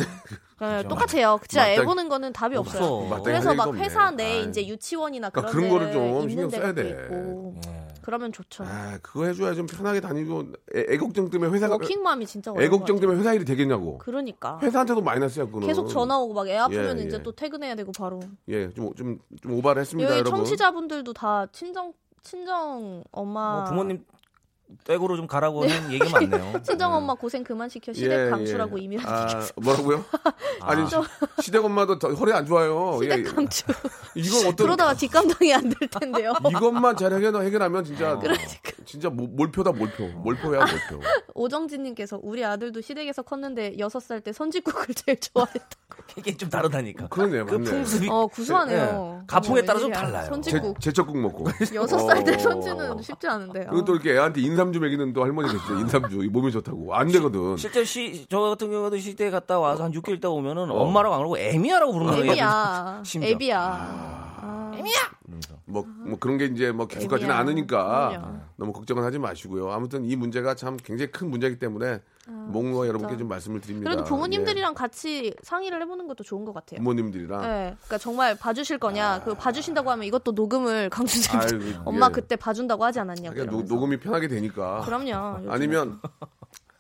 Speaker 9: 네, 똑같아요. 진짜 애
Speaker 3: 맞다.
Speaker 9: 보는 거는 답이 없어요.
Speaker 8: 없어.
Speaker 3: 맞다.
Speaker 9: 그래서
Speaker 3: 할
Speaker 9: 막
Speaker 3: 얘기가
Speaker 9: 회사
Speaker 3: 없네.
Speaker 9: 내
Speaker 3: 아이.
Speaker 9: 이제 유치원이나
Speaker 3: 그러니까
Speaker 9: 그런
Speaker 3: 그런 거를 좀
Speaker 9: 데를
Speaker 3: 신경
Speaker 9: 있는
Speaker 3: 써야
Speaker 9: 데도
Speaker 3: 돼.
Speaker 9: 있고 그러면 좋죠.
Speaker 3: 아 그거 해줘야 좀 편하게 다니고 애, 애 걱정 때문에 회사가
Speaker 9: 워킹맘이 진짜
Speaker 3: 애
Speaker 9: 어려운 것
Speaker 3: 걱정
Speaker 9: 같아요.
Speaker 3: 때문에 회사 일이 되겠냐고.
Speaker 9: 그러니까
Speaker 3: 회사한테도 마이너스야 그거는.
Speaker 9: 계속 전화 오고 막 애 아프면
Speaker 3: 예, 예.
Speaker 9: 이제 또 퇴근해야 되고 바로
Speaker 3: 예, 좀, 좀, 좀 오바를 했습니다,
Speaker 9: 여기
Speaker 3: 여러분.
Speaker 9: 청취자분들도 다 친정 친정 엄마
Speaker 8: 뭐 부모님 댁으로 좀 가라고는 얘기가 많네요.
Speaker 9: 친정 엄마 고생 그만 시켜 시댁 감추라고 이미
Speaker 3: 예. 아, 뭐라고요? 아니
Speaker 8: 아.
Speaker 3: 시- 시댁 엄마도 더 허리 안 좋아요. 예,
Speaker 9: 시댁
Speaker 3: 예.
Speaker 9: 감추
Speaker 3: 이거 어떤
Speaker 9: 그러다가 뒷감당이 안 될 텐데요.
Speaker 3: 이것만 잘 해결, 해결하면
Speaker 8: 아.
Speaker 3: 진짜
Speaker 9: 그러니까.
Speaker 3: 진짜 모- 몰표다 몰표 몰표야 몰표.
Speaker 9: 오정진님께서 우리 아들도 시댁에서 컸는데 6살 때 선지국을 제일 좋아했다.
Speaker 8: 음. 이게 좀 다르다니까.
Speaker 3: 그러네요,
Speaker 8: 그
Speaker 3: 맞네.
Speaker 8: 풍습이
Speaker 9: 어 구수하네요.
Speaker 8: 예. 가풍에
Speaker 9: 어,
Speaker 8: 따라 좀
Speaker 9: 웬일이야.
Speaker 8: 달라요.
Speaker 3: 제,
Speaker 9: 선지국 그렇죠.
Speaker 3: 제첩국 먹고.
Speaker 9: 6살 때
Speaker 3: 어.
Speaker 9: 선지는 쉽지 않은데요.
Speaker 3: 그리고 또 이렇게 애한테 인삼주 먹이는 또 할머니 계시죠. 인삼주 이 몸이 좋다고 안 되거든.
Speaker 8: 실제 시, 저 같은 경우도 시댁에 갔다 와서 한 6개월 있다 오면은
Speaker 3: 어.
Speaker 8: 엄마라고 안 그러고 애미야라고 부르는 거예요.
Speaker 9: 애비야.
Speaker 8: 심지어.
Speaker 9: 애비야.
Speaker 3: 아,
Speaker 9: 아.
Speaker 3: 뭐, 뭐 그런 게 이제 뭐 계속 가지는
Speaker 9: 애매하네.
Speaker 3: 않으니까
Speaker 9: 그럼요.
Speaker 3: 너무 걱정은 하지 마시고요. 아무튼 이 문제가 참 굉장히 큰 문제이기 때문에 목놓아 여러분께 좀 말씀을 드립니다.
Speaker 9: 그래도 부모님들이랑 같이 상의를 해보는 것도 좋은 것
Speaker 3: 예.
Speaker 9: 같아요.
Speaker 3: 부모님들이랑
Speaker 9: 네, 그러니까 정말 봐주실 거냐? 그 봐주신다고 하면 이것도 녹음을 강준쌤
Speaker 3: 아. 아유,
Speaker 9: 엄마
Speaker 3: 예.
Speaker 9: 그때 봐준다고 하지 않았냐?
Speaker 3: 그러니까
Speaker 9: 고
Speaker 3: 노- 녹음이 편하게 되니까.
Speaker 9: 그럼요. 요즘.
Speaker 3: 아니면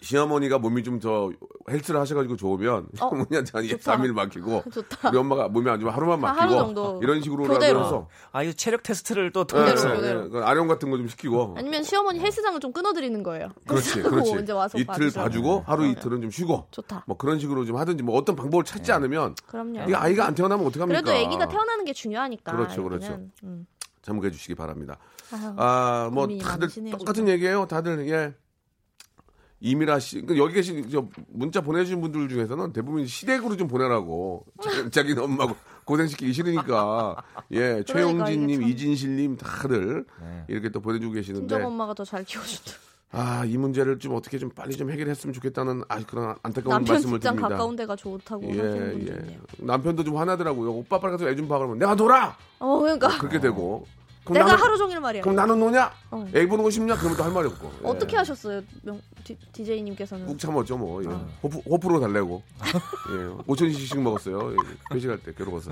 Speaker 3: 시어머니가 몸이 좀 더 헬스를 하셔가지고 좋으면 시어머니한테 한 3일 맡기고
Speaker 9: 좋다.
Speaker 3: 우리 엄마가 몸이 안 좋으면 하루만
Speaker 9: 아,
Speaker 3: 맡기고
Speaker 9: 하루 정도.
Speaker 3: 이런 식으로
Speaker 9: 교대로.
Speaker 3: 해서
Speaker 8: 아, 이거 체력 테스트를 또
Speaker 9: 네,
Speaker 3: 예,
Speaker 8: 통해서.
Speaker 9: 교대로,
Speaker 3: 예,
Speaker 9: 교대로.
Speaker 3: 예. 그 아령 같은 거 좀 시키고
Speaker 9: 아니면 시어머니 헬스장을 좀 끊어드리는 거예요.
Speaker 3: 그렇지
Speaker 9: 헬스장으로
Speaker 3: 그렇지
Speaker 9: 이제 와서
Speaker 3: 이틀
Speaker 9: 봐주세요. 네.
Speaker 3: 봐주고 하루 이틀은 좀 쉬고
Speaker 9: 좋다.
Speaker 3: 뭐 그런 식으로 좀 하든지 뭐 어떤 방법을 찾지 않으면
Speaker 9: 그럼요.
Speaker 3: 이거 아이가 안 태어나면 어떡합니까
Speaker 9: 네. 그래도 아기가 태어나는 게 중요하니까.
Speaker 3: 그렇죠, 그렇죠.
Speaker 9: 이거는. 음.
Speaker 3: 참고해 주시기 바랍니다
Speaker 9: 아유,
Speaker 3: 아, 뭐
Speaker 9: 고민이
Speaker 3: 다들
Speaker 9: 많으시네요,
Speaker 3: 똑같은 얘기예요. 다들 예. 이미라 씨, 그러니까 여기 계신 저 문자 보내주신 분들 중에서는 대부분 시댁으로 좀 보내라고 자- 자기는 엄마 고- 고생시키기 싫으니까 예 최용진님,
Speaker 9: 그러니까 참.
Speaker 3: 이진실님 다들 이렇게 또 보내주고 계시는데
Speaker 9: 친정 엄마가 더 잘 키워준다.
Speaker 3: 아 이 문제를 좀 어떻게 좀 빨리 좀 해결했으면 좋겠다는 아 그런 안타까운
Speaker 9: 남편
Speaker 3: 말씀을
Speaker 9: 직장
Speaker 3: 드립니다.
Speaker 9: 가까운 데가 좋다고 하시는 분도
Speaker 3: 예, 예.
Speaker 9: 있네요.
Speaker 3: 남편도 좀 화나더라고요. 오빠 빨리 가서 애 좀 봐. 그러면 내가 놀아!
Speaker 9: 어, 그러니까
Speaker 3: 그렇게 되고. 그럼
Speaker 9: 내가
Speaker 3: 나는-
Speaker 9: 하루 종일 말이야.
Speaker 3: 그럼 나는 노냐?
Speaker 9: 어.
Speaker 3: 애 보는 거 싶냐? 그러면 또 할 말이 없고. 예.
Speaker 9: 어떻게 하셨어요, 명, 디, DJ님께서는?
Speaker 3: 꾹 참았죠 뭐 예.
Speaker 9: 어.
Speaker 3: 호프, 호프로 달래고 예. 5천씩 먹었어요 예. 회식할 때 괴로워서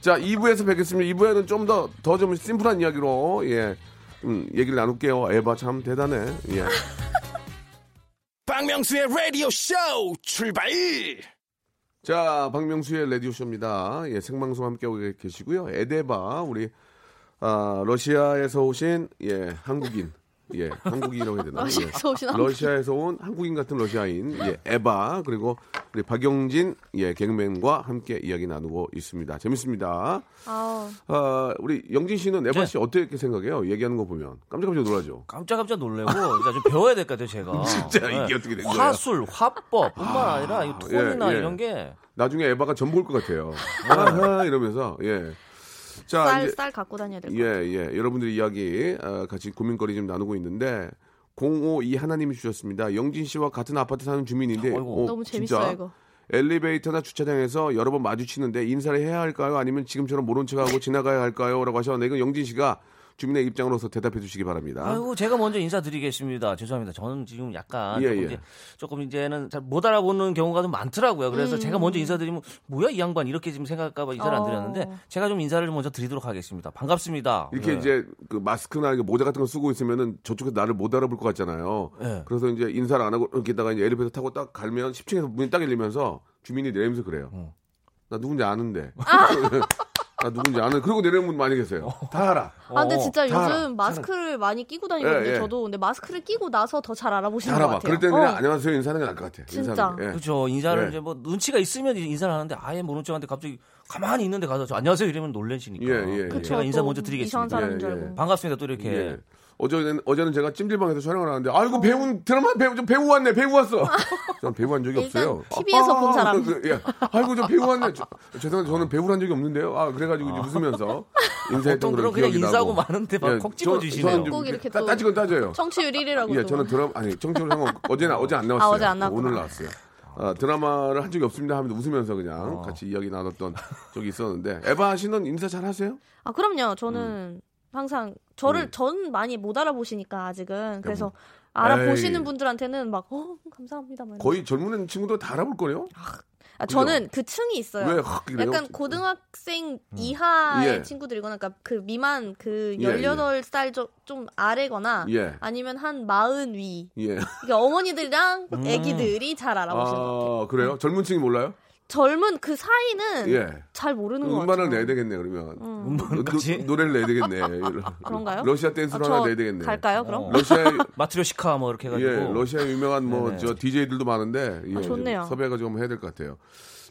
Speaker 3: 자 2부에서 뵙겠습니다 2부에는 좀 더 더 좀 심플한 이야기로 예. 음, 얘기를 나눌게요 에바 참 대단해 예.
Speaker 1: 박명수의 라디오 쇼 출발!
Speaker 3: 자 박명수의 라디오쇼입니다 예, 생방송 함께하고 계시고요 에데바 우리 아, 러시아에서 오신 예, 한국인 예, 한국인이라고 해야 되나 예.
Speaker 9: 러시아에서 오신 한
Speaker 3: 러시아에서 온 한국인 같은 러시아인 예, 에바 그리고 우리 박영진 예, 개그맨과 함께 이야기 나누고 있습니다. 재밌습니다.
Speaker 9: 아,
Speaker 3: 아, 우리 영진 씨는 에바
Speaker 8: 네.
Speaker 3: 씨 어떻게 생각해요? 얘기하는 거 보면 깜짝깜짝 놀라죠.
Speaker 8: 깜짝깜짝 놀래고 이제 좀 배워야 될 것 같아요, 제가.
Speaker 3: 진짜 이게
Speaker 8: 예.
Speaker 3: 어떻게 된 거예요?
Speaker 8: 화술, 화법뿐만 아니라 이 톤이나
Speaker 3: 예, 예.
Speaker 8: 이런 게
Speaker 3: 나중에 에바가 전부 올 것 같아요. 아하, 이러면서 예. 자
Speaker 9: 쌀,
Speaker 3: 이제
Speaker 9: 쌀 갖고 다녀야 될 것
Speaker 3: 예, 예. 여러분들 이야기 아, 같이 고민거리 좀 나누고 있는데 052 하나님이 주셨습니다. 영진 씨와 같은 아파트 사는 주민인데
Speaker 8: 아이고.
Speaker 3: 어,
Speaker 9: 너무
Speaker 3: 진짜?
Speaker 9: 재밌어요 이거.
Speaker 3: 엘리베이터나 주차장에서 여러 번 마주치는데 인사를 해야 할까요? 아니면 지금처럼 모른 척하고 지나가야 할까요? 라고 하셨는데 이건 영진 씨가 주민의 입장으로서 대답해 주시기 바랍니다.
Speaker 8: 아이고 제가 먼저 인사드리겠습니다. 죄송합니다. 저는 지금 약간
Speaker 3: 예,
Speaker 8: 조금,
Speaker 3: 예.
Speaker 8: 이제, 조금 이제는 잘 못 알아보는 경우가 좀 많더라고요. 그래서 제가 먼저 인사드리면 뭐야 이 양반 이렇게 지금 생각할까봐 인사를 안
Speaker 9: 어.
Speaker 8: 드렸는데 제가 좀 인사를 먼저 드리도록 하겠습니다. 반갑습니다.
Speaker 3: 이렇게
Speaker 8: 네.
Speaker 3: 이제 그 마스크나 이렇게 모자 같은 거 쓰고 있으면은 저쪽에서 나를 못 알아볼 것 같잖아요.
Speaker 8: 예.
Speaker 3: 그래서 이제 인사를 안 하고 이렇게다가 이제 엘리베이터 타고 딱 갈면 10층에서 문이 딱 열리면서 주민이 내리면서 그래요. 나 누군지 아는데. 나 누군지 아는. 그리고 내리는 분 많이 계세요. 다 알아.
Speaker 9: 아 근데
Speaker 8: 어,
Speaker 9: 진짜
Speaker 3: 다 알아,
Speaker 9: 요즘 마스크를 많이 끼고 다니거든요.
Speaker 3: 예, 예. 저도.
Speaker 9: 저도 근데 마스크를 끼고 나서 더 잘 알아보시는
Speaker 3: 다
Speaker 9: 것
Speaker 3: 알아봐.
Speaker 9: 같아요.
Speaker 3: 그럴 때는 그냥
Speaker 9: 어.
Speaker 3: 안녕하세요 인사하는 게 나을 것 같아.
Speaker 9: 진짜.
Speaker 3: 인사하는 게. 예.
Speaker 8: 그렇죠. 인사를
Speaker 3: 예.
Speaker 8: 이제 뭐 눈치가 있으면 이제 인사를 하는데 아예 모른 척한테 갑자기 가만히 있는데 가서 저 안녕하세요 이러면 놀라시니까.
Speaker 3: 예, 예, 예.
Speaker 8: 제가 인사
Speaker 9: 또
Speaker 8: 먼저
Speaker 9: 이상한
Speaker 8: 드리겠습니다.
Speaker 9: 사람인 줄
Speaker 3: 예, 예.
Speaker 9: 알고.
Speaker 8: 반갑습니다. 또 이렇게
Speaker 3: 예. 어제는 어제는 제가 찜질방에서 촬영을 하는데 아이고 배우 드라마 배우 저 배우 왔네 배우 왔어. 전 배우 한 적이
Speaker 9: 일단
Speaker 3: 없어요.
Speaker 9: TV 에서 본 사람.
Speaker 3: 그, 예. 아이고 저 배우 왔네. 저, 죄송한데 저는 배우를 한 적이 없는데요. 아 그래가지고 이제 웃으면서 인사했던
Speaker 8: 보통
Speaker 3: 그런
Speaker 8: 그럼 그냥
Speaker 3: 기억이
Speaker 8: 인사하고
Speaker 3: 나고.
Speaker 8: 마는데 막
Speaker 3: 예,
Speaker 8: 콕
Speaker 3: 저-
Speaker 8: 집어주시네요.
Speaker 3: 저는 좀
Speaker 9: 꼭 이렇게
Speaker 3: 따,
Speaker 9: 또-
Speaker 3: 따지건 따지요.
Speaker 9: 청취율 1위라고.
Speaker 3: 예, 저는 드라마 아니 청취율 상관 어제 나 어제 안 나왔어요.
Speaker 9: 어제 안 나왔구나.
Speaker 3: 오늘 나왔어요. 아, 드라마를 한 적이 없습니다 하면서 웃으면서
Speaker 9: 어.
Speaker 3: 그냥 같이 이야기 나눴던 적이 있었는데 에바 씨는 인사 잘 하세요?
Speaker 9: 아 그럼요.
Speaker 3: 음.
Speaker 9: 저는 항상 저를 전 많이 못 알아보시니까 아직은 그래서 알아보시는
Speaker 3: 음. 에이.
Speaker 9: 분들한테는 막어 감사합니다. 막
Speaker 3: 거의 젊은 친구들 다 알아볼 거네요.
Speaker 9: 아, 저는 그 층이 있어요.
Speaker 3: 왜 확 그래요?
Speaker 9: 약간 고등학생 이하의
Speaker 3: 예.
Speaker 9: 친구들이거나 그러니까 그 미만 그
Speaker 3: 예, 예.
Speaker 9: 18살 좀- 좀 아래거나
Speaker 3: 예.
Speaker 9: 아니면 한 마흔 위
Speaker 3: 예. 음.
Speaker 9: 그러니까 어머니들이랑 애기들이 잘 알아보시는 것 같아요.
Speaker 3: 아, 그래요? 젊은 층이 몰라요?
Speaker 9: 젊은 그 사이는
Speaker 3: 예.
Speaker 9: 잘 모르는 것 같아요.
Speaker 3: 음반을 내야 되겠네 그러면 그,
Speaker 8: 음반까지?
Speaker 3: 노, 래를 내야 되겠네
Speaker 9: 그런가요?
Speaker 3: 러시아 댄스로 하나
Speaker 9: 저
Speaker 3: 내야 되겠네
Speaker 9: 갈까요, 그럼?
Speaker 8: 어.
Speaker 3: 러시아
Speaker 8: 마트리오시카 뭐 이렇게
Speaker 3: 예
Speaker 8: 해가지고
Speaker 3: 러시아 유명한 뭐
Speaker 8: 네네.
Speaker 3: 저 DJ들도 많은데 예,
Speaker 9: 아, 좋네요.
Speaker 3: 섭외가 좀 해야 될 것 같아요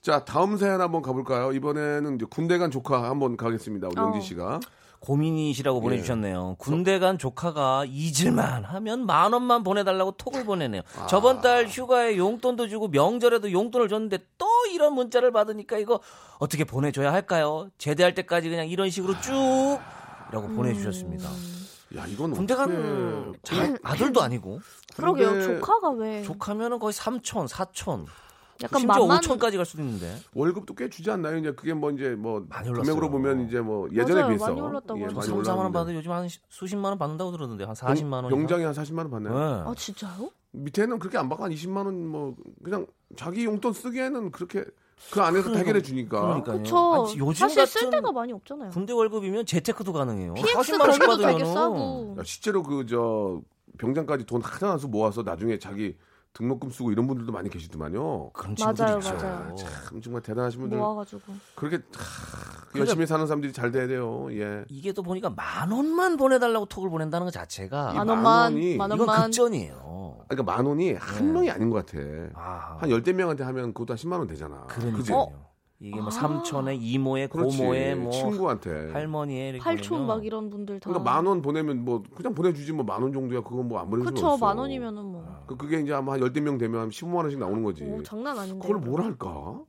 Speaker 3: 자 다음 사연 한번 가볼까요 이번에는 이제 군대 간 조카 한번 가겠습니다 우리
Speaker 9: 어.
Speaker 3: 영지 씨가 예.
Speaker 8: 고민이시라고 보내주셨네요. 군대 간 조카가 잊을만 하면 만 원만 보내달라고 톡을 보내네요.
Speaker 3: 아.
Speaker 8: 저번 달 휴가에 용돈도 주고 명절에도 용돈을 줬는데 또 이런 문자를 받으니까 이거 어떻게 보내줘야 할까요? 제대할 때까지 그냥 이런 식으로 쭉 이라고
Speaker 9: 음.
Speaker 8: 보내주셨습니다.
Speaker 9: 뭐
Speaker 3: 야 이건
Speaker 8: 군대 간
Speaker 3: 어떻게-
Speaker 9: 음.
Speaker 8: 자- 아들도 아니고
Speaker 9: 그러게요.
Speaker 3: 근데
Speaker 9: 조카가 왜
Speaker 8: 조카면은 거의 삼촌, 사촌,
Speaker 9: 네. 약간
Speaker 8: 심지어
Speaker 9: 만만
Speaker 8: 오촌까지 갈 수도 있는데
Speaker 3: 월급도 꽤 주지 않나요? 이제 그게 뭐 이제 뭐
Speaker 8: 많이 올랐어요.
Speaker 3: 금액으로 보면 이제 뭐 예전에
Speaker 9: 맞아요.
Speaker 3: 비해서
Speaker 9: 많이 올랐다고
Speaker 3: 많이
Speaker 9: 하죠.
Speaker 8: 3, 4만 원
Speaker 3: 올랐는데.
Speaker 8: 뭐 받은 요즘 한 시- 수십만 원 받는다고 들었는데 한
Speaker 3: 용-
Speaker 8: 40만 네. 원.
Speaker 3: 용장이 한 40만 원 받나요?
Speaker 9: 아 진짜요?
Speaker 3: 어. 밑에는 그렇게 안 받고 한 20만 원 뭐 그냥 자기 용돈 쓰기에는 그렇게 그 안에서 해결해 주니까
Speaker 8: 그러니까요.
Speaker 9: 그쵸.
Speaker 8: 아니, 요즘
Speaker 9: 사실
Speaker 8: 같은
Speaker 9: 쓸 데가 많이 없잖아요. 어,
Speaker 8: 군대 월급이면 재테크도 가능해요.
Speaker 9: PX
Speaker 8: 40만 원씩
Speaker 9: 거기도 뭐. 되게
Speaker 8: 받으면은
Speaker 9: 싸고.
Speaker 3: 야, 실제로 그 저 병장까지 돈 하나하나씩 모아서 나중에 자기 등록금 쓰고 이런 분들도 많이 계시더만요.
Speaker 8: 그런
Speaker 9: 맞아요,
Speaker 8: 친구들 있죠.
Speaker 9: 맞아요.
Speaker 3: 참 정말 대단하신 분들
Speaker 9: 모아가지고.
Speaker 3: 그렇게 하, 열심히 사는 사람들이 잘 돼야 돼요. 예.
Speaker 8: 이게 또 보니까 만 원만 보내달라고 톡을 보낸다는 것 자체가
Speaker 9: 만
Speaker 3: 만 원이-
Speaker 9: 원만 만
Speaker 8: 이건
Speaker 9: 원만.
Speaker 8: 극전이에요.
Speaker 3: 그러니까 만 원이 한 명이 아닌 것 같아.
Speaker 8: 네. 아,
Speaker 3: 한 열댓 명한테 하면 그것도 한 10만 원 되잖아. 그지?
Speaker 8: 그러니까요. 이게
Speaker 9: 아.
Speaker 8: 뭐 삼촌의 이모의
Speaker 3: 그렇지.
Speaker 8: 고모의 뭐
Speaker 3: 친구한테.
Speaker 8: 할머니의 이렇게
Speaker 9: 팔촌
Speaker 8: 보내면
Speaker 9: 막 이런 분들 다.
Speaker 3: 그러니까 만 원 보내면 뭐 그냥 보내주지 뭐 만 원 정도야 그건 뭐 안 보내줄 수
Speaker 9: 그쵸
Speaker 3: 없어.
Speaker 9: 만 원이면은 뭐
Speaker 3: 그, 그게 이제 아마 한 열댓 명 되면 한 15만 원씩 나오는 거지.
Speaker 9: 오, 장난 아닌데.
Speaker 3: 그걸 뭘 할까?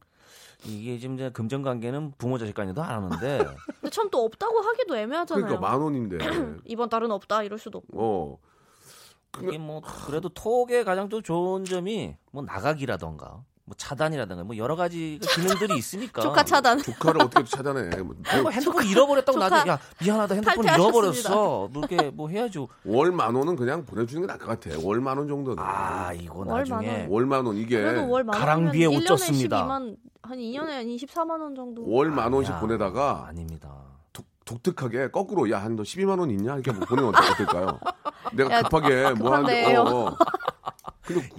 Speaker 8: 이게 지금 이제 금전 관계는 부모 자식 간에도 안 하는데
Speaker 9: 근데 참 또 없다고 하기도 애매하잖아요.
Speaker 3: 그러니까 만 원인데.
Speaker 9: 이번 달은 없다 이럴 수도 없고.
Speaker 3: 어.
Speaker 8: 이게 뭐 그래도 톡의 가장 또 좋은 점이 뭐 나가기라던가 뭐 차단이라던가 뭐 여러 가지 기능들이 있으니까
Speaker 9: 조카 차단.
Speaker 3: 조카를 어떻게 찾아내? 뭐,
Speaker 8: 뭐 핸드폰 잃어버렸다고
Speaker 9: 조카-
Speaker 8: 나중에 야 미안하다 핸드폰
Speaker 9: 그 탈퇴하셨습니다.
Speaker 8: 잃어버렸어 뭐 이렇게 뭐 해야죠
Speaker 3: 월만 원은 그냥 보내주는 게 나을 것 같아. 월 만 원 정도는.
Speaker 8: 아 이거
Speaker 9: 월
Speaker 8: 나중에
Speaker 9: 만원.
Speaker 3: 월 만 원 이게
Speaker 9: 그래도 월 만.
Speaker 8: 가랑비에 옷
Speaker 9: 1년에
Speaker 8: 젖습니다.
Speaker 9: 12만 한 2년에 한 24만 원 정도.
Speaker 3: 월 만 원씩
Speaker 8: 아니야.
Speaker 3: 보내다가
Speaker 8: 아닙니다
Speaker 3: 독, 독특하게 거꾸로 야 한 너 12만 원 있냐 이렇게 뭐 보내면 어떨- 어떨까요? 내가
Speaker 9: 야,
Speaker 3: 급하게 뭐 하는데
Speaker 9: 급한데요.
Speaker 3: 어, 어.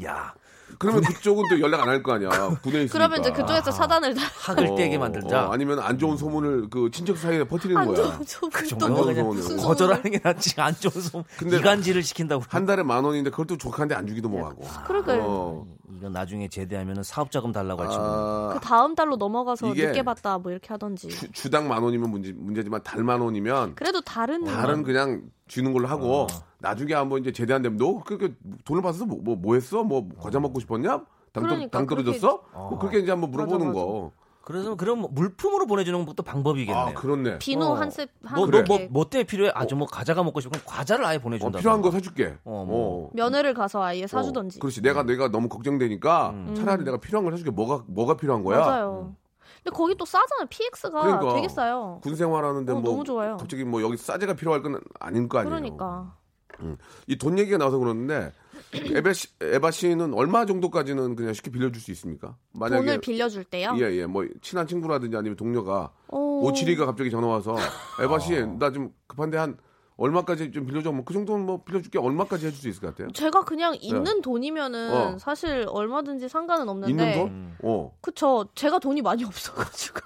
Speaker 8: 야
Speaker 3: 그러면 그쪽은 또 연락 안 할 거 아니야 군에 있으니까.
Speaker 9: 그러면 이제 그쪽에서 차단을 다.
Speaker 8: 학을 떼게
Speaker 3: 어,
Speaker 8: 만들자
Speaker 3: 어, 아니면 안 좋은 소문을 그 친척 사이에 퍼뜨리는
Speaker 9: 안
Speaker 3: 거야.
Speaker 9: 좋은 소문.
Speaker 3: 안
Speaker 8: 정도는
Speaker 3: 좋은
Speaker 8: 그냥
Speaker 3: 소문이요.
Speaker 8: 거절하는 게 낫지 안 좋은 소문
Speaker 3: 근데
Speaker 8: 이간질을 시킨다고
Speaker 3: 한 달에 만 원인데 그걸 또 조카한테 안 주기도 뭐하고.
Speaker 9: 아, 그러게.
Speaker 3: 어.
Speaker 8: 이건 나중에 제대하면 사업 자금 달라고 할 친구
Speaker 3: 아,
Speaker 9: 그 다음 달로 넘어가서
Speaker 3: 이게
Speaker 9: 늦게 봤다 뭐 이렇게 하던지.
Speaker 3: 주, 주당 만 원이면 문제, 문제지만 달 만 원이면
Speaker 9: 그래도 다른
Speaker 3: 달은 그냥 주는 걸로 하고
Speaker 8: 어.
Speaker 3: 나중에 한번 이제 제대한 다면 너 그렇게 돈을 받아서 뭐, 뭐, 뭐 했어? 뭐 과자 먹고 싶었냐? 당,
Speaker 9: 그러니까,
Speaker 3: 당 떨어졌어? 그렇게, 뭐 그렇게 이제 한번 물어보는
Speaker 9: 맞아, 맞아.
Speaker 3: 거.
Speaker 8: 그래서 그럼 뭐 물품으로 보내주는 것도 방법이겠네요
Speaker 3: 아, 그렇네.
Speaker 9: 비누 한 셉 한.
Speaker 8: 너 너
Speaker 9: 이렇게
Speaker 8: 뭐 뭐 때문에 필요해 아주 뭐 과자가 먹고 싶으면 과자를 아예
Speaker 3: 어,
Speaker 8: 보내준다
Speaker 3: 필요한 거 사줄게.
Speaker 8: 어, 뭐.
Speaker 3: 어.
Speaker 9: 면회를 가서 아예 사주던지.
Speaker 3: 어, 그렇지. 내가 내가 너무 걱정되니까
Speaker 8: 음.
Speaker 3: 차라리 내가 필요한 걸 사줄게. 뭐가 뭐가 필요한 거야? 음.
Speaker 9: 맞아요. 근데 거기 또 싸잖아요. PX가
Speaker 3: 그러니까.
Speaker 9: 되게 싸요.
Speaker 3: 군 생활하는데
Speaker 9: 어,
Speaker 3: 뭐
Speaker 9: 너무 좋아요.
Speaker 3: 갑자기 뭐 여기 싸제가 필요할 건 아닌 거 아니에요.
Speaker 9: 그러니까.
Speaker 3: 이 돈 얘기가 나와서 그러는데 에바, 씨, 에바 씨는 얼마 정도까지는 그냥 쉽게 빌려줄 수 있습니까?
Speaker 9: 돈을 빌려줄 때요. 어.
Speaker 3: 예예 뭐 친한 친구라든지 아니면 동료가
Speaker 9: 오.
Speaker 3: 오칠이가 갑자기 전화 와서 에바 씨나 지금 급한데 한 얼마까지 좀 빌려줘 뭐 그 정도는 뭐 빌려줄게 얼마까지 해줄 수 있을 것 같아요?
Speaker 9: 제가 그냥 있는 돈이면은
Speaker 3: 네. 어.
Speaker 9: 사실 얼마든지 상관은 없는데. 네.
Speaker 3: 있는
Speaker 8: 음.
Speaker 3: 돈? 어.
Speaker 9: 그쵸. 제가 돈이 많이 없어가지고.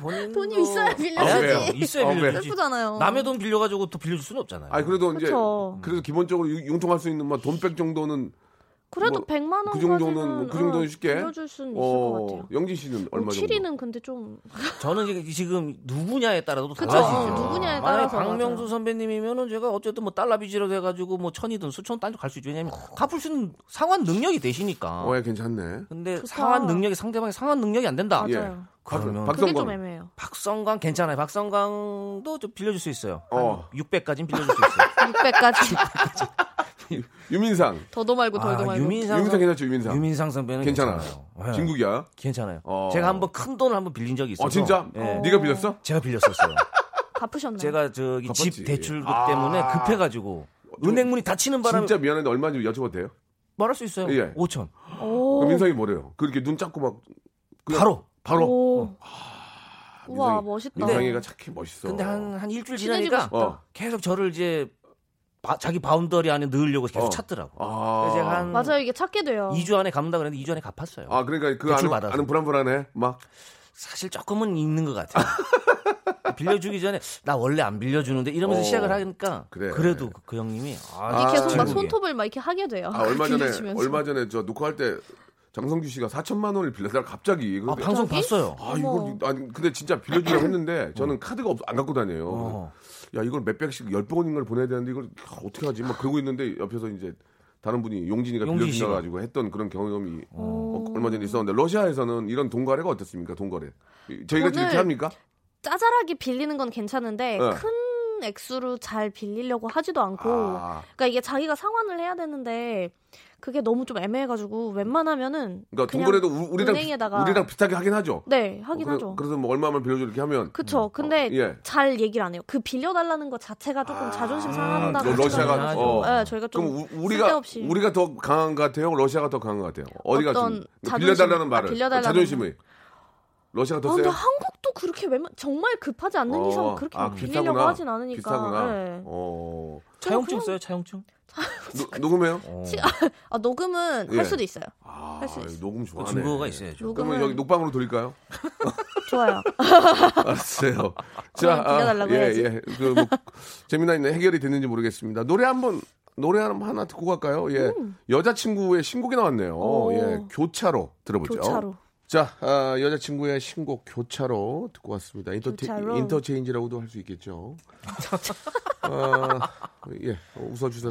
Speaker 8: 본인
Speaker 9: 돈이 있어야
Speaker 3: 아,
Speaker 9: 빌려야지.
Speaker 3: 왜요?
Speaker 8: 네, 있어야
Speaker 3: 아, 왜요?
Speaker 8: 빌려주지
Speaker 9: 예쁘잖아요.
Speaker 8: 남의 돈 빌려가지고 또 빌려줄 수는 없잖아요.
Speaker 3: 아니 그래도 이제
Speaker 9: 그쵸.
Speaker 3: 그래도 기본적으로 유- 융통할 수 있는 뭐돈백 정도는
Speaker 9: 그래도
Speaker 3: 뭐,
Speaker 9: 100만 원까지는 어,
Speaker 3: 그 정도는 뭐그 정도는 쉽게
Speaker 9: 빌려줄 수는 있을 것 같아요.
Speaker 3: 어, 영진 씨는 얼마 정도?
Speaker 9: 7위는 근데 좀
Speaker 8: 저는 이게 지금 누구냐에 따라서도
Speaker 9: 그쵸.
Speaker 8: 달라지죠.
Speaker 9: 어, 누구냐에
Speaker 8: 만약에
Speaker 9: 따라서
Speaker 8: 박명수
Speaker 9: 맞아요.
Speaker 8: 선배님이면은 제가 어쨌든 뭐 달러비지라도 해가지고 뭐 천이든 수천 단위로 갈 수 있죠. 왜냐면 갚을 수 있는 상환 능력이 되시니까.
Speaker 3: 어, 예, 괜찮네.
Speaker 8: 근데
Speaker 9: 좋다.
Speaker 8: 상환 능력이 상대방의 상환 능력이 안 된다.
Speaker 3: 예.
Speaker 9: 맞아요.
Speaker 8: 그러면
Speaker 3: 박-
Speaker 9: 그게 좀
Speaker 3: 박성광.
Speaker 9: 애매해요.
Speaker 8: 박성광 괜찮아요. 박성광도 좀 빌려줄 수 있어요. 한
Speaker 3: 어.
Speaker 8: 600까지는 빌려줄 수 있어요.
Speaker 9: 600까지.
Speaker 3: 유민상.
Speaker 9: 더도 말고 덜도
Speaker 8: 아,
Speaker 9: 말고.
Speaker 8: 유민상,
Speaker 3: 유민상
Speaker 8: 선-
Speaker 3: 괜찮죠 유민상.
Speaker 8: 유민상 선배는
Speaker 3: 괜찮아.
Speaker 8: 괜찮아요. 예.
Speaker 3: 진국이야.
Speaker 8: 괜찮아요.
Speaker 3: 어.
Speaker 8: 제가 한번 큰 돈을 한번 빌린 적이 있어요.
Speaker 3: 어 진짜?
Speaker 8: 예.
Speaker 3: 네가 빌렸어?
Speaker 8: 제가 빌렸었어요.
Speaker 9: 갚으셨나요?
Speaker 8: 제가 저기
Speaker 3: 갚았지.
Speaker 8: 집 대출 그
Speaker 3: 네. 아.
Speaker 8: 때문에 급해가지고 은행 문이 닫히는 바람에
Speaker 3: 진짜 미안한데 얼마인지 여쭤봐도 돼요?
Speaker 8: 말할 수 있어요.
Speaker 3: 예.
Speaker 8: 5천.
Speaker 9: 오.
Speaker 3: 그럼 민상이 뭐래요? 그렇게 눈 작고 막 그냥-
Speaker 8: 바로.
Speaker 3: 바로 어, 아,
Speaker 9: 오. 우와 뭐. 네.
Speaker 3: 민상이-
Speaker 9: 멋있다.
Speaker 3: 민상이가 착해 멋있어.
Speaker 8: 근데 한 한 일주일
Speaker 9: 친해지고
Speaker 8: 지나니까
Speaker 9: 싶다.
Speaker 3: 어.
Speaker 8: 계속 저를 이제 바- 자기 바운더리 안에 넣으려고 계속
Speaker 3: 어.
Speaker 8: 찾더라고.
Speaker 3: 아.
Speaker 8: 그래서 제가 한
Speaker 9: 맞아요. 이게 찾게 돼요.
Speaker 8: 2주 안에 갚는다 그랬는데 2주 안에 갚았어요.
Speaker 3: 아, 그러니까 그
Speaker 8: 대출
Speaker 3: 아는,
Speaker 8: 받아서.
Speaker 3: 아는 불안불안해. 막.
Speaker 8: 사실 조금은 있는 것 같아요. 빌려주기 전에 나 원래 안 빌려주는데 이러면서
Speaker 3: 어.
Speaker 8: 시작을 하니까
Speaker 3: 그래.
Speaker 8: 그래도 그, 그 형님이 아,
Speaker 9: 이게 계속 막
Speaker 8: 천국이에요.
Speaker 9: 손톱을 막 이렇게 하게 돼요.
Speaker 3: 아, 얼마 전에
Speaker 9: 빌려주면서.
Speaker 3: 얼마 전에 저 녹화할 때 장성규 씨가 4천만 원을 빌려달라 갑자기.
Speaker 8: 아,
Speaker 3: 그런데
Speaker 8: 방송
Speaker 9: 저기?
Speaker 8: 봤어요.
Speaker 3: 아, 이걸 아니 근데 진짜 빌려주려고 했는데 저는 카드가 없, 안 갖고 다녀요.
Speaker 8: 어.
Speaker 3: 야, 이걸 몇 백씩 열 번인가를 보내야 되는데 이걸 아, 어떻게 하지? 막 그러고 있는데 옆에서 이제 다른 분이 용진이가
Speaker 8: 용진
Speaker 3: 빌려주셔
Speaker 8: 씨가.
Speaker 3: 가지고 했던 그런 경험이 어, 얼마 전에 있었는데 러시아에서는 이런 돈거래가 어떻습니까? 돈거래. 이- 저희가
Speaker 9: 저는-
Speaker 3: 이렇게 합니까?
Speaker 9: 짜잘하게 빌리는 건
Speaker 3: 네.
Speaker 9: 괜찮은데 큰 액수로 잘 빌리려고 하지도 않고
Speaker 3: 아.
Speaker 9: 그러니까 이게 자기가 상환을 해야 되는데 그게 너무 좀 애매해가지고 웬만하면은
Speaker 3: 그러니까
Speaker 9: 냥
Speaker 3: 돈거래도 우- 우리랑 비-
Speaker 9: 은행에다가
Speaker 3: 우리랑 비슷하게 하긴 하죠.
Speaker 9: 네 하긴
Speaker 3: 어, 그래-
Speaker 9: 하죠.
Speaker 3: 그래서 뭐 얼마만 빌려줘 이렇게 하면
Speaker 9: 그쵸. 근데
Speaker 3: 어, 예. 아,
Speaker 9: 잘 얘기를 안 해요. 그 빌려달라는 것 자체가 조금 자존심 상한다.
Speaker 3: 러- 러시아가
Speaker 8: 하죠.
Speaker 3: 어.
Speaker 9: 네, 저희가 좀
Speaker 3: 그럼 우, 우리가
Speaker 9: 쓸데없이
Speaker 3: 우리가 더 강한 것 같아요. 러시아가 더 강한 것 같아요. 어디가 좀
Speaker 9: 어떤 자존심-
Speaker 3: 빌려달라는
Speaker 9: 아,
Speaker 3: 말을
Speaker 9: 빌려달라는
Speaker 3: 자존심이 러시아가
Speaker 9: 아,
Speaker 3: 더
Speaker 9: 근데
Speaker 3: 세요.
Speaker 9: 한국도 그렇게 웬만 정말 급하지 않는
Speaker 3: 어,
Speaker 9: 이상 그렇게
Speaker 3: 아,
Speaker 9: 막 빌리려고
Speaker 3: 비싸구나.
Speaker 9: 하진 않으니까.
Speaker 3: 비싸구나.
Speaker 9: 네.
Speaker 3: 어.
Speaker 8: 차용증
Speaker 9: 그냥-
Speaker 8: 써요, 차용증?
Speaker 3: 노- 녹음해요?
Speaker 9: 치- 아, 녹음은
Speaker 3: 예.
Speaker 9: 할 수도 있어요.
Speaker 3: 아,
Speaker 9: 할수 있어요.
Speaker 3: 녹음 좋아하네.
Speaker 8: 증거가 있어야죠.
Speaker 3: 그러면
Speaker 9: 녹음은
Speaker 3: 여기 녹방으로 돌릴까요?
Speaker 9: 좋아요.
Speaker 3: 알았어요. 자,
Speaker 9: 그냥 빌려달라고
Speaker 3: 예,
Speaker 9: 해야지.
Speaker 3: 예. 그 뭐, 재미나 있는 해결이 됐는지 모르겠습니다. 노래 한번 노래 하나 듣고 갈까요? 예. 여자친구의 신곡이 나왔네요.
Speaker 9: 음. 오.
Speaker 3: 예. 교차로 들어보죠.
Speaker 9: 교차로.
Speaker 3: 자, 아, 여자친구의 신곡 교차로 듣고 왔습니다. 인터테,
Speaker 9: 교차로.
Speaker 3: 인터체인지라고도 할 수 있겠죠. 아, 예, 웃어주셔서
Speaker 9: 크로스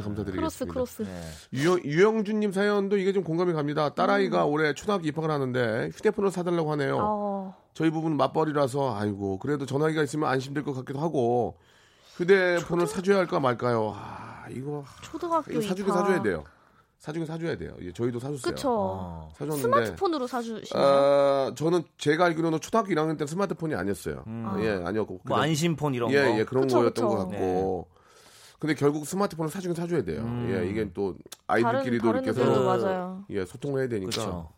Speaker 3: 감사드리겠습니다.
Speaker 9: 크로스.
Speaker 3: 유영, 유영준님 사연도 이게 좀 공감이 갑니다. 딸아이가 올해 초등학교 입학을 하는데 휴대폰을 사달라고 하네요.
Speaker 9: 음. 어.
Speaker 3: 저희 부부는 맞벌이라서 아이고 그래도 전화기가 있으면 안심될 것 같기도 하고 휴대폰을 사줘야 할까 말까요? 아 이거,
Speaker 9: 초등학교
Speaker 3: 이거 사주긴
Speaker 9: 입학.
Speaker 3: 사줘야 돼요. 사주긴 사줘야 돼요. 예, 저희도 사줬어요.
Speaker 9: 그러니까. 그쵸.
Speaker 3: 사줬는데
Speaker 9: 스마트폰으로 사주시나요?
Speaker 3: 아, 저는 제가 알기로는 초등학교 1학년 때 스마트폰이 아니었어요. 예 아니었고
Speaker 8: 뭐
Speaker 3: 그냥-
Speaker 8: 안심폰 이런
Speaker 3: 예,
Speaker 8: 거.
Speaker 3: 예, 그런
Speaker 9: 그쵸,
Speaker 3: 거였던
Speaker 9: 그쵸.
Speaker 3: 것 같고. 근데 결국 스마트폰을 사주긴 사줘야 돼요. 예, 이게 또
Speaker 9: 다른
Speaker 3: 아이들끼리도
Speaker 9: 다른
Speaker 3: 이렇게
Speaker 9: 애들도
Speaker 3: 서로
Speaker 9: 맞아요.
Speaker 3: 예, 소통을 해야 되니까.
Speaker 8: 그렇죠.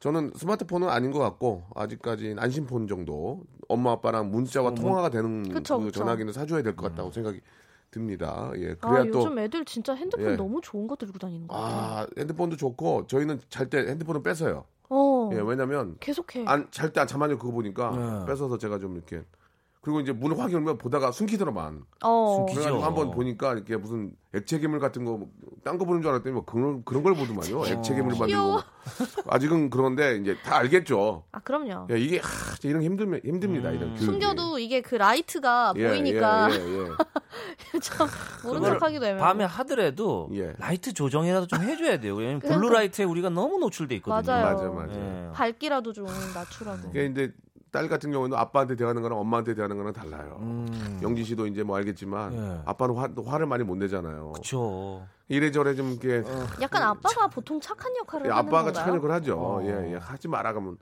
Speaker 3: 저는 스마트폰은 아닌 것 같고 아직까지는 안심폰 정도 엄마 아빠랑
Speaker 8: 음.
Speaker 3: 문자와 통화가 되는
Speaker 9: 그쵸,
Speaker 3: 그
Speaker 9: 그쵸.
Speaker 3: 전화기는 사줘야 될 것 같다고 생각이 듭니다. 예,
Speaker 9: 아,
Speaker 3: 그래야 또
Speaker 9: 요즘 애들 진짜 핸드폰
Speaker 3: 예.
Speaker 9: 너무 좋은 거 들고 다니는 거 같아요.
Speaker 3: 아, 핸드폰도 좋고 저희는 잘 때 핸드폰을 뺏어요.
Speaker 9: 어. 네.
Speaker 3: 예, 왜냐면
Speaker 9: 계속해.
Speaker 3: 안 잘 때 잠안요 그거 보니까
Speaker 8: 네.
Speaker 3: 뺏어서 제가 좀 이렇게 그리고 이제 문을 확 열면 보다가 숨기더라만.
Speaker 9: 어.
Speaker 8: 숨기-
Speaker 3: 그래가지고
Speaker 8: 기죠.
Speaker 3: 한번 보니까 이렇게 무슨 액체 괴물 같은 거 딴 거 보는 줄 알았더니 뭐 그런 그런 걸
Speaker 8: 어.
Speaker 3: 보더만요. 액체 괴물 만들고
Speaker 9: 귀여워.
Speaker 3: 아직은 그런데 이제 다 알겠죠.
Speaker 9: 아, 그럼요.
Speaker 3: 야, 이게 하, 진짜 이런 게 힘들면 힘듭니다. 이런 교육이.
Speaker 9: 음. 숨겨도 이게 그 라이트가
Speaker 3: 예,
Speaker 9: 보이니까
Speaker 3: 예, 예, 예.
Speaker 9: 참 모른
Speaker 8: 그걸
Speaker 9: 척하기도 애매하고.
Speaker 8: 밤에 하더라도
Speaker 3: 예.
Speaker 8: 라이트 조정이라도 좀 해줘야 돼요. 왜냐면
Speaker 9: 그러니까.
Speaker 8: 블루 라이트에 우리가 너무 노출돼 있거든요.
Speaker 9: 맞아요.
Speaker 3: 맞아 맞아.
Speaker 8: 예.
Speaker 9: 밝기라도 좀 낮추라고.
Speaker 3: 그게 이제 딸 같은 경우는 아빠한테 대하는 거랑 엄마한테 대하는 거랑 달라요. 영진 씨도 이제 뭐 알겠지만
Speaker 8: 음. 예.
Speaker 3: 아빠는 화, 화를 많이 못 내잖아요.
Speaker 8: 그렇죠.
Speaker 3: 이래저래 좀 이렇게
Speaker 9: 약간 아빠가 보통 착한 역할을
Speaker 3: 그
Speaker 9: 하는
Speaker 3: 예, 아빠가
Speaker 9: 건가요?
Speaker 3: 착한 역을 하죠.
Speaker 8: 어.
Speaker 3: 예, 예. 하지 마라 그러면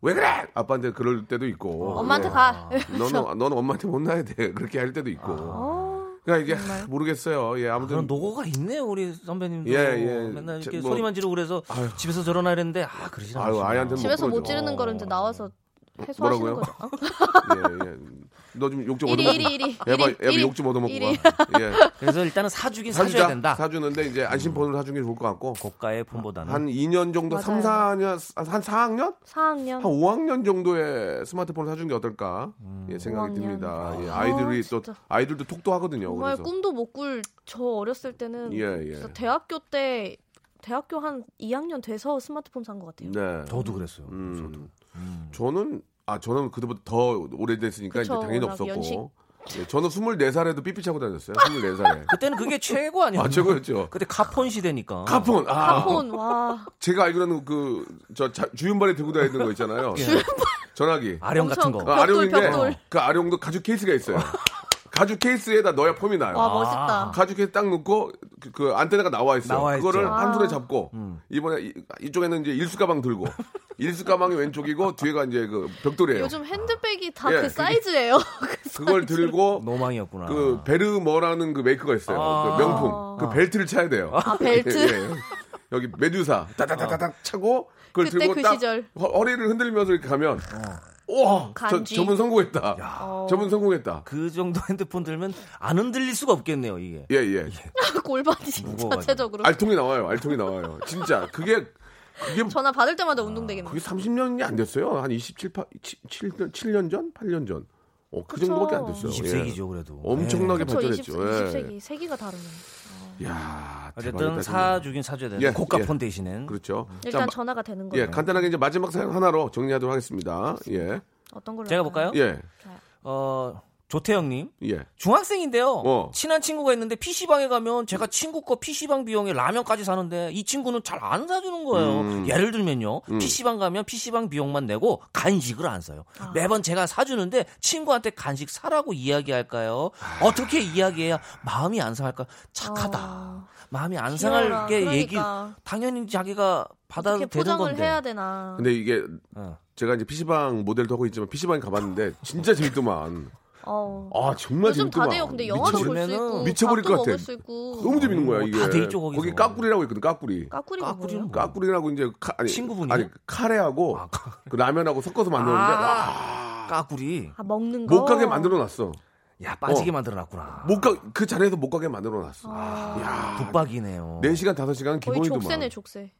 Speaker 3: 왜 그래? 아빠한테 그럴 때도 있고.
Speaker 9: 어, 엄마한테
Speaker 3: 예.
Speaker 9: 가.
Speaker 3: 너는 너는 엄마한테 혼나야 돼. 그렇게 할 때도 있고.
Speaker 9: 아.
Speaker 3: 그러니까 이게 하, 모르겠어요. 예,
Speaker 8: 그런
Speaker 3: 아무튼
Speaker 8: 노고가 있네요, 우리 선배님도.
Speaker 3: 예, 예.
Speaker 8: 맨날
Speaker 3: 제-
Speaker 8: 이렇게
Speaker 3: 뭐-
Speaker 8: 소리만 지르고 그래서 집에서 저러나 이랬는데 아 그러진
Speaker 3: 아유,
Speaker 8: 않아요.
Speaker 3: 아이한테는 뭐-
Speaker 9: 집에서 못
Speaker 3: 그러죠.
Speaker 9: 지르는 거를 이제 나와서 해소하시는
Speaker 3: 뭐라고요?
Speaker 9: 거죠. 어?
Speaker 3: 예, 예. 너 좀 욕 좀
Speaker 9: 이리,
Speaker 3: 얻어먹고.
Speaker 9: 이리, 이리.
Speaker 3: 에바,
Speaker 9: 이리,
Speaker 3: 에바
Speaker 9: 이리.
Speaker 3: 욕좀 얻어먹고
Speaker 9: 이리.
Speaker 3: 가. 예.
Speaker 8: 그래서 일단은 사주긴 사줘야 된다.
Speaker 3: 사주는데 이제 안심폰으로 사준 게 좋을 것 같고
Speaker 8: 고가의 폰보다는
Speaker 3: 한 2년 정도,
Speaker 9: 맞아요.
Speaker 3: 3, 4년, 한 4학년?
Speaker 9: 4학년.
Speaker 3: 한 5학년 정도의 스마트폰을 사준 게 어떨까
Speaker 8: 음.
Speaker 3: 예, 생각이
Speaker 9: 5학년.
Speaker 3: 듭니다. 예,
Speaker 9: 아,
Speaker 3: 아이들이 또
Speaker 9: 진짜.
Speaker 3: 아이들도 톡톡하거든요.
Speaker 9: 정말
Speaker 3: 그래서
Speaker 9: 꿈도 못 꿀 저 어렸을 때는
Speaker 3: 예, 예.
Speaker 9: 진짜 대학교 때 대학교 한 2학년 돼서 스마트폰 산 것 같아요.
Speaker 3: 네.
Speaker 8: 저도 그랬어요.
Speaker 3: 음.
Speaker 8: 저도.
Speaker 3: 저는 아 저는 그때보다 더 오래됐으니까
Speaker 9: 그쵸,
Speaker 3: 이제 당연히
Speaker 9: 워낙
Speaker 3: 없었고
Speaker 9: 연식.
Speaker 3: 예, 저는 24살에도 삐삐 차고 다녔어요. 24살에.
Speaker 8: 그때는 그게 최고 아니었나?
Speaker 3: 아 최고였죠.
Speaker 8: 그때 카폰 시대니까.
Speaker 3: 카폰. 아,
Speaker 9: 카폰 와
Speaker 3: 제가 알기로는 그저 주윤발에 들고 다니는 거 있잖아요.
Speaker 8: 예.
Speaker 3: 전화기.
Speaker 8: 아령 같은 거.
Speaker 9: 엄청-
Speaker 3: 아,
Speaker 9: 벽돌,
Speaker 3: 아령인데
Speaker 9: 벽돌.
Speaker 3: 그 아령도 가죽 케이스가 있어요. 가죽 케이스에다 넣어야 폼이 나요.
Speaker 9: 와 멋있다.
Speaker 3: 가죽 케이스 딱 넣고 그, 그 안테나가 나와 있어요.
Speaker 8: 나와 있죠. 음.
Speaker 3: 그거를 한
Speaker 9: 아.
Speaker 3: 손에 잡고 이번에 이, 이쪽에는 이제 일수 가방 들고 일수 가방이 왼쪽이고 뒤에가 이제 그 벽돌이에요.
Speaker 9: 요즘 핸드백이 다
Speaker 3: 예,
Speaker 9: 그
Speaker 3: 그게-
Speaker 9: 사이즈예요.
Speaker 3: 그걸 들고
Speaker 8: 노망이었구나.
Speaker 3: 그 베르머라는 그 메이커가 있어요.
Speaker 8: 아.
Speaker 3: 그 명품. 그 벨트를 차야 돼요.
Speaker 9: 아, 벨트.
Speaker 3: 예, 여기
Speaker 8: 어.
Speaker 3: 메두사 따다다다닥 차고 그걸
Speaker 9: 그때
Speaker 3: 들고
Speaker 9: 그
Speaker 3: 딱
Speaker 9: 시절.
Speaker 8: 어.
Speaker 3: 허, 허리를 흔들면서 이렇게 가면 와, 저,
Speaker 9: 간지.
Speaker 3: 저분 성공했다. 저분 성공했다.
Speaker 8: 그 정도 핸드폰 들면 안 흔들릴 수가 없겠네요, 이게.
Speaker 3: 예, 예.
Speaker 9: 골반이
Speaker 8: 무거워가지고.
Speaker 9: 자체적으로
Speaker 3: 알통이 나와요. 알통이 나와요. 진짜 그게 그게
Speaker 9: 전화 받을 때마다
Speaker 3: 아,
Speaker 9: 운동되겠네.
Speaker 3: 그게 30년이 안 됐어요. 한 27, 8, 7년, 7년 전, 8년 전. 어, 그
Speaker 9: 그쵸.
Speaker 3: 정도밖에 안 됐어요.
Speaker 8: 20세기죠, 그래도.
Speaker 3: 엄청나게
Speaker 9: 저 20,
Speaker 3: 발전했죠. 예.
Speaker 9: 20세기 세기가 다르네.
Speaker 3: 야,
Speaker 8: 어쨌든
Speaker 3: 대박이다, 정말.
Speaker 8: 사주긴 사줘야 되는
Speaker 3: 예,
Speaker 8: 고가
Speaker 3: 예.
Speaker 8: 폰 대신에
Speaker 3: 그렇죠.
Speaker 9: 일단
Speaker 3: 자, 마-
Speaker 9: 전화가 되는 거예요.
Speaker 3: 예, 간단하게 이제 마지막 사연 하나로 정리하도록 하겠습니다. 예.
Speaker 9: 어떤 걸로
Speaker 8: 제가
Speaker 9: 할까요?
Speaker 8: 볼까요?
Speaker 3: 예.
Speaker 8: 어, 조태영님
Speaker 3: 예.
Speaker 8: 중학생인데요.
Speaker 3: 어.
Speaker 8: 친한 친구가 있는데 PC방에 가면 제가 친구 거 PC방 비용에 라면까지 사는데 이 친구는 잘 안 사주는 거예요.
Speaker 3: 음.
Speaker 8: 예를 들면요. PC방 가면 PC방 비용만 내고 간식을 안 사요.
Speaker 9: 아.
Speaker 8: 매번 제가 사주는데 친구한테 간식 사라고 이야기할까요?
Speaker 3: 아.
Speaker 8: 어떻게 이야기해야 마음이 안 상할까?
Speaker 3: 예,
Speaker 8: 착하다.
Speaker 9: 아.
Speaker 8: 마음이 안
Speaker 9: 귀여워라.
Speaker 8: 상할 게 얘기
Speaker 9: 그러니까.
Speaker 8: 당연히 자기가 받아도
Speaker 9: 어떻게
Speaker 8: 되는
Speaker 9: 포장을
Speaker 8: 건데.
Speaker 9: 해야 되나?
Speaker 3: 근데 이게
Speaker 8: 어.
Speaker 3: 제가 이제 PC방 모델도 하고 있지만 PC방에 가봤는데 진짜 재밌더만.
Speaker 9: 어.
Speaker 3: 아, 정말
Speaker 9: 요즘 다
Speaker 3: 재밌더만.
Speaker 9: 돼요. 근데 영화도 볼 수
Speaker 8: 미쳐버리-
Speaker 9: 있고
Speaker 3: 미쳐버릴
Speaker 9: 밥도
Speaker 3: 것 같아.
Speaker 9: 먹을 수 있고
Speaker 3: 너무 재밌는 거야,
Speaker 8: 어,
Speaker 3: 이게.
Speaker 8: 다돼 있죠, 거기서.
Speaker 3: 거기 까꾸리라고 있거든, 까꾸리.
Speaker 9: 까꾸리가
Speaker 8: 까꾸리는
Speaker 9: 뭐예요?
Speaker 3: 까꾸리라고 이제 카, 아니,
Speaker 8: 친구분이요?
Speaker 3: 아니 카레하고
Speaker 8: 아, 까-
Speaker 3: 그 라면하고 섞어서 만들었는데 와,
Speaker 8: 까구리.
Speaker 9: 아 먹는 거.
Speaker 3: 못 가게 만들어 놨어.
Speaker 8: 야, 빠지게
Speaker 3: 어.
Speaker 8: 만들어 놨구나.
Speaker 3: 못가그 자리에서 못 가게 만들어 놨어. 뭐.
Speaker 8: 북박이네요.
Speaker 3: 4시간 5시간
Speaker 9: 아, 거의
Speaker 3: 아, 기본이더만.
Speaker 9: 족쇄네 족쇄.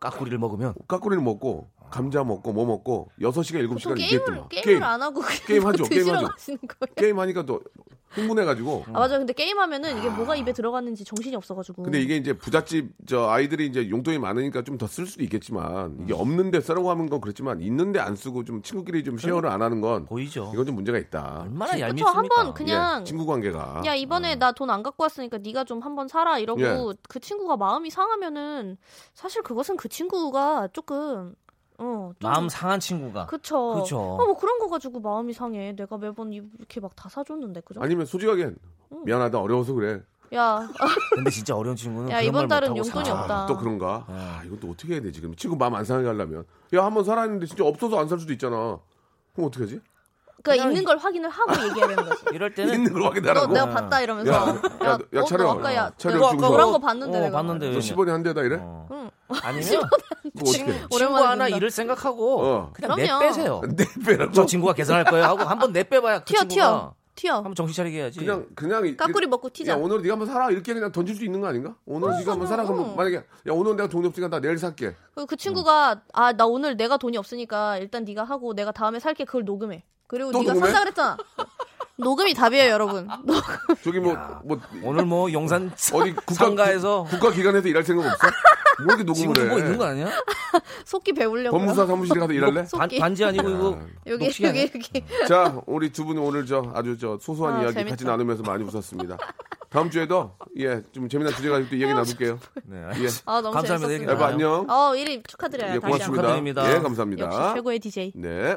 Speaker 8: 까구리를 먹으면
Speaker 3: 까꾸리를 먹고 감자 먹고 뭐 먹고 6시간 7시간
Speaker 9: 보통
Speaker 3: 이게
Speaker 9: 게임을
Speaker 3: 했더만.
Speaker 9: 게임을 안 하고 그냥
Speaker 3: 게임 하죠, 게임
Speaker 9: 드시러
Speaker 3: 하죠.
Speaker 9: 가시는 거예요.
Speaker 3: 게임 하니까 또 흥분해 가지고
Speaker 9: 아 맞아. 근데 게임 하면은 이게 뭐가 입에 들어갔는지 정신이 없어가지고.
Speaker 3: 근데 이게 이제 부잣집 저 아이들이 이제 용돈이 많으니까 좀 더 쓸 수도 있겠지만
Speaker 9: 음.
Speaker 3: 이게 없는데 쓰라고 하는 건 그렇지만 있는데 안 쓰고 좀 친구끼리 좀 쉐어를 안 하는 건
Speaker 8: 보이죠.
Speaker 3: 이건 좀 문제가 있다.
Speaker 8: 얼마나
Speaker 9: 그쵸
Speaker 8: 얄밉습니까?
Speaker 9: 한번 음. 그냥
Speaker 3: 예, 친구 관계가 어.
Speaker 9: 야 이번에 나 돈 안 갖고 왔으니까 네가 좀 한번 사라 이러고
Speaker 3: 예.
Speaker 9: 그 친구가 마음이 상하면은 사실 그것은 그 친구가 조금 어좀
Speaker 8: 마음 상한 친구가
Speaker 9: 그쵸
Speaker 8: 그쵸.
Speaker 9: 어뭐 그런 거 가지고 마음이 상해 내가 매번 이렇게 막 다 사줬는데 그죠
Speaker 3: 아니면 솔직하게
Speaker 9: 음.
Speaker 3: 미안하다 어려워서 그래.
Speaker 9: 야
Speaker 8: 근데 진짜 어려운 친구는
Speaker 9: 야,
Speaker 8: 그런
Speaker 9: 이번
Speaker 8: 말
Speaker 9: 달은
Speaker 8: 못하고
Speaker 9: 용돈이
Speaker 8: 살아.
Speaker 9: 없다.
Speaker 3: 아, 또 그런가? 아, 이건 또 어떻게 해야 되지? 그럼 친구 마음 안 상하게 하려면 야 한번 살았는데 진짜 없어서 안 살 수도 있잖아. 그럼 어떻게 하지?
Speaker 9: 그러니까 있는 걸 확인을 하고 얘기해야 되는 거지
Speaker 8: 이럴 때는
Speaker 3: 있는 걸
Speaker 9: 네. 너
Speaker 3: 확인하라고.
Speaker 9: 어, 내가 봤다 이러면서
Speaker 3: 야, 야,
Speaker 9: 야,
Speaker 3: 야,
Speaker 9: 어,
Speaker 3: 차려.
Speaker 9: 너 아까 야
Speaker 3: 차려,
Speaker 9: 내가
Speaker 3: 중소.
Speaker 9: 그런 거 음. 봤는데
Speaker 8: 어,
Speaker 9: 내가
Speaker 8: 봤는데
Speaker 3: 너 10원에 한 대다 이래?
Speaker 8: 어.
Speaker 9: 응.
Speaker 8: 아니면
Speaker 3: 그거 어떻게? 해?
Speaker 8: 친구
Speaker 9: 오랜만에
Speaker 8: 하나
Speaker 9: 듣는다.
Speaker 8: 이럴 생각하고
Speaker 3: 어.
Speaker 8: 그냥
Speaker 9: 그럼요.
Speaker 8: 내빼세요.
Speaker 3: 내 빼라고.
Speaker 8: 저 친구가 계산할 거예요 하고 한번 내빼봐야 그
Speaker 9: 튀어
Speaker 8: 친구가
Speaker 9: 튀어 튀어
Speaker 8: 한번 정신 차리게 해야지.
Speaker 3: 그냥 그냥
Speaker 9: 까꾸리 먹고 튀자
Speaker 3: 야 오늘 네가 한번 살아 이렇게 그냥 던질 수 있는 거 아닌가? 오늘
Speaker 9: 어,
Speaker 3: 네가 한번 살아 그러면
Speaker 9: 응.
Speaker 3: 만약에 야 오늘 내가 돈이 없으니까 나 내일 살게.
Speaker 9: 그리고 그 친구가 아 나 오늘 내가 돈이 없으니까 일단 네가 하고 내가 다음에 살게 그걸 녹음해. 그리고
Speaker 3: 또
Speaker 9: 네가
Speaker 3: 녹음해?
Speaker 9: 산다 그랬잖아. 녹음이 답이에요, 여러분.
Speaker 3: 저기 뭐 뭐
Speaker 8: 오늘 뭐 용산
Speaker 3: 어디 국가
Speaker 8: 상가에서
Speaker 3: 국가 기관에서 일할 생각 없어? 뭐 이렇게 녹음을
Speaker 8: 지금
Speaker 3: 해?
Speaker 8: 뭐 있는 거 아니야? 뭐
Speaker 9: 속기 배우려고.
Speaker 3: 법무사 사무실에 가서 일할래?
Speaker 8: 반,
Speaker 9: 속기.
Speaker 8: 반지 아니고 이거
Speaker 9: 여기
Speaker 8: 녹취기
Speaker 9: 여기
Speaker 8: 아니야?
Speaker 9: 여기.
Speaker 3: 자, 우리 두 분 오늘 저 아주 저 소소한
Speaker 9: 아,
Speaker 3: 이야기
Speaker 9: 재밌다.
Speaker 3: 같이 나누면서 많이 웃었습니다. 다음 주에도 예, 좀 재미난 주제 가지고 또 이야기 나눌게요.
Speaker 8: 네.
Speaker 3: 예.
Speaker 9: 아 너무
Speaker 8: 감사합니다.
Speaker 9: 재밌었습니다.
Speaker 3: 여러분 안녕.
Speaker 9: 어, 1위 축하드려요.
Speaker 3: 예,
Speaker 9: 다시
Speaker 3: 고맙습니다.
Speaker 9: 한번.
Speaker 8: 축하드립니다.
Speaker 3: 예, 감사합니다.
Speaker 9: 역시 최고의 DJ.
Speaker 3: 네.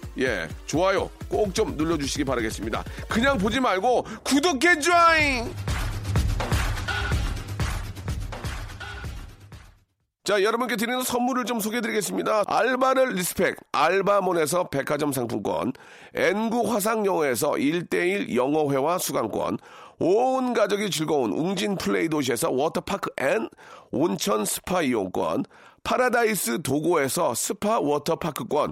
Speaker 3: 예, 좋아요 꼭 좀 눌러주시기 바라겠습니다. 그냥 보지 말고 구독해 줘잉! 자, 여러분께 드리는 선물을 좀 소개해 드리겠습니다. 알바를 리스펙, 알바몬에서 백화점 상품권, N구 화상영어에서 1대1 영어회화 수강권, 온 가족이 즐거운 웅진 플레이 도시에서 워터파크 앤 온천 스파 이용권, 파라다이스 도고에서 스파 워터파크권,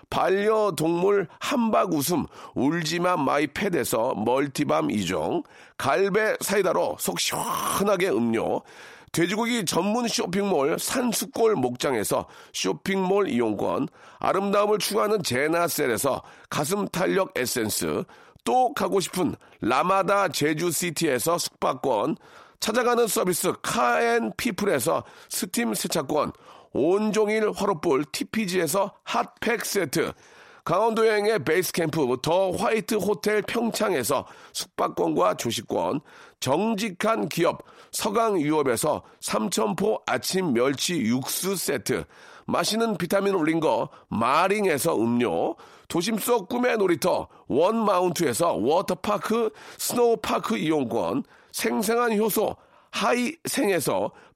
Speaker 3: 반려동물 한박 웃음 울지마 마이 팻에서 멀티밤 2종, 갈배 사이다로 속 시원하게 음료, 돼지고기 전문 쇼핑몰 산수골 목장에서 쇼핑몰 이용권, 아름다움을 추구하는 제나셀에서 가슴 탄력 에센스, 또 가고 싶은 라마다 제주시티에서 숙박권, 찾아가는 서비스 카앤피플에서 스팀 세차권, 온종일 화롯불 TPG에서 핫팩 세트, 강원도 여행의 베이스 캠프 더 화이트 호텔 평창에서 숙박권과 조식권, 정직한 기업 서강유업에서 삼천포 아침 멸치 육수 세트, 맛있는 비타민 올린 거 마링에서 음료, 도심 속 꿈의 놀이터 원마운트에서 워터파크 스노우파크 이용권, 생생한 효소 하이생에서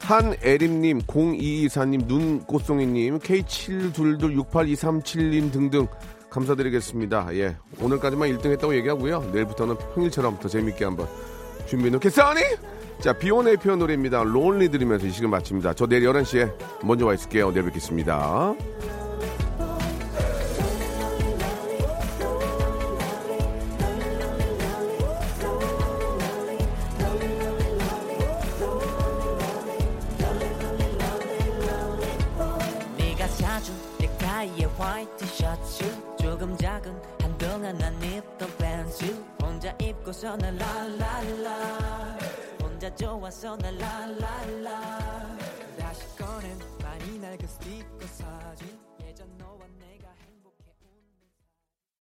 Speaker 3: 한애림님, 0224님, 눈꽃송이님, K72268237님 등등 감사드리겠습니다. 예, 오늘까지만 1등 했다고 얘기하고요. 내일부터는 평일처럼 더 재밌게 한번 준비해놓겠사니? 자, 비온의 표현 노래입니다. 론리 들으면서 이 시간 마칩니다. 저 내일 11시에 먼저 와 있을게요. 내일 뵙겠습니다.
Speaker 10: 네가 사준 넥타이에 화이트 셔츠 조금 작은 한동안 안 입던 팬츠 혼자 입고서 날 랄랄라 혼자 좋아서 날 랄랄라 다시 꺼낸 많이 낡은 스티커 사진 예전 너와 내가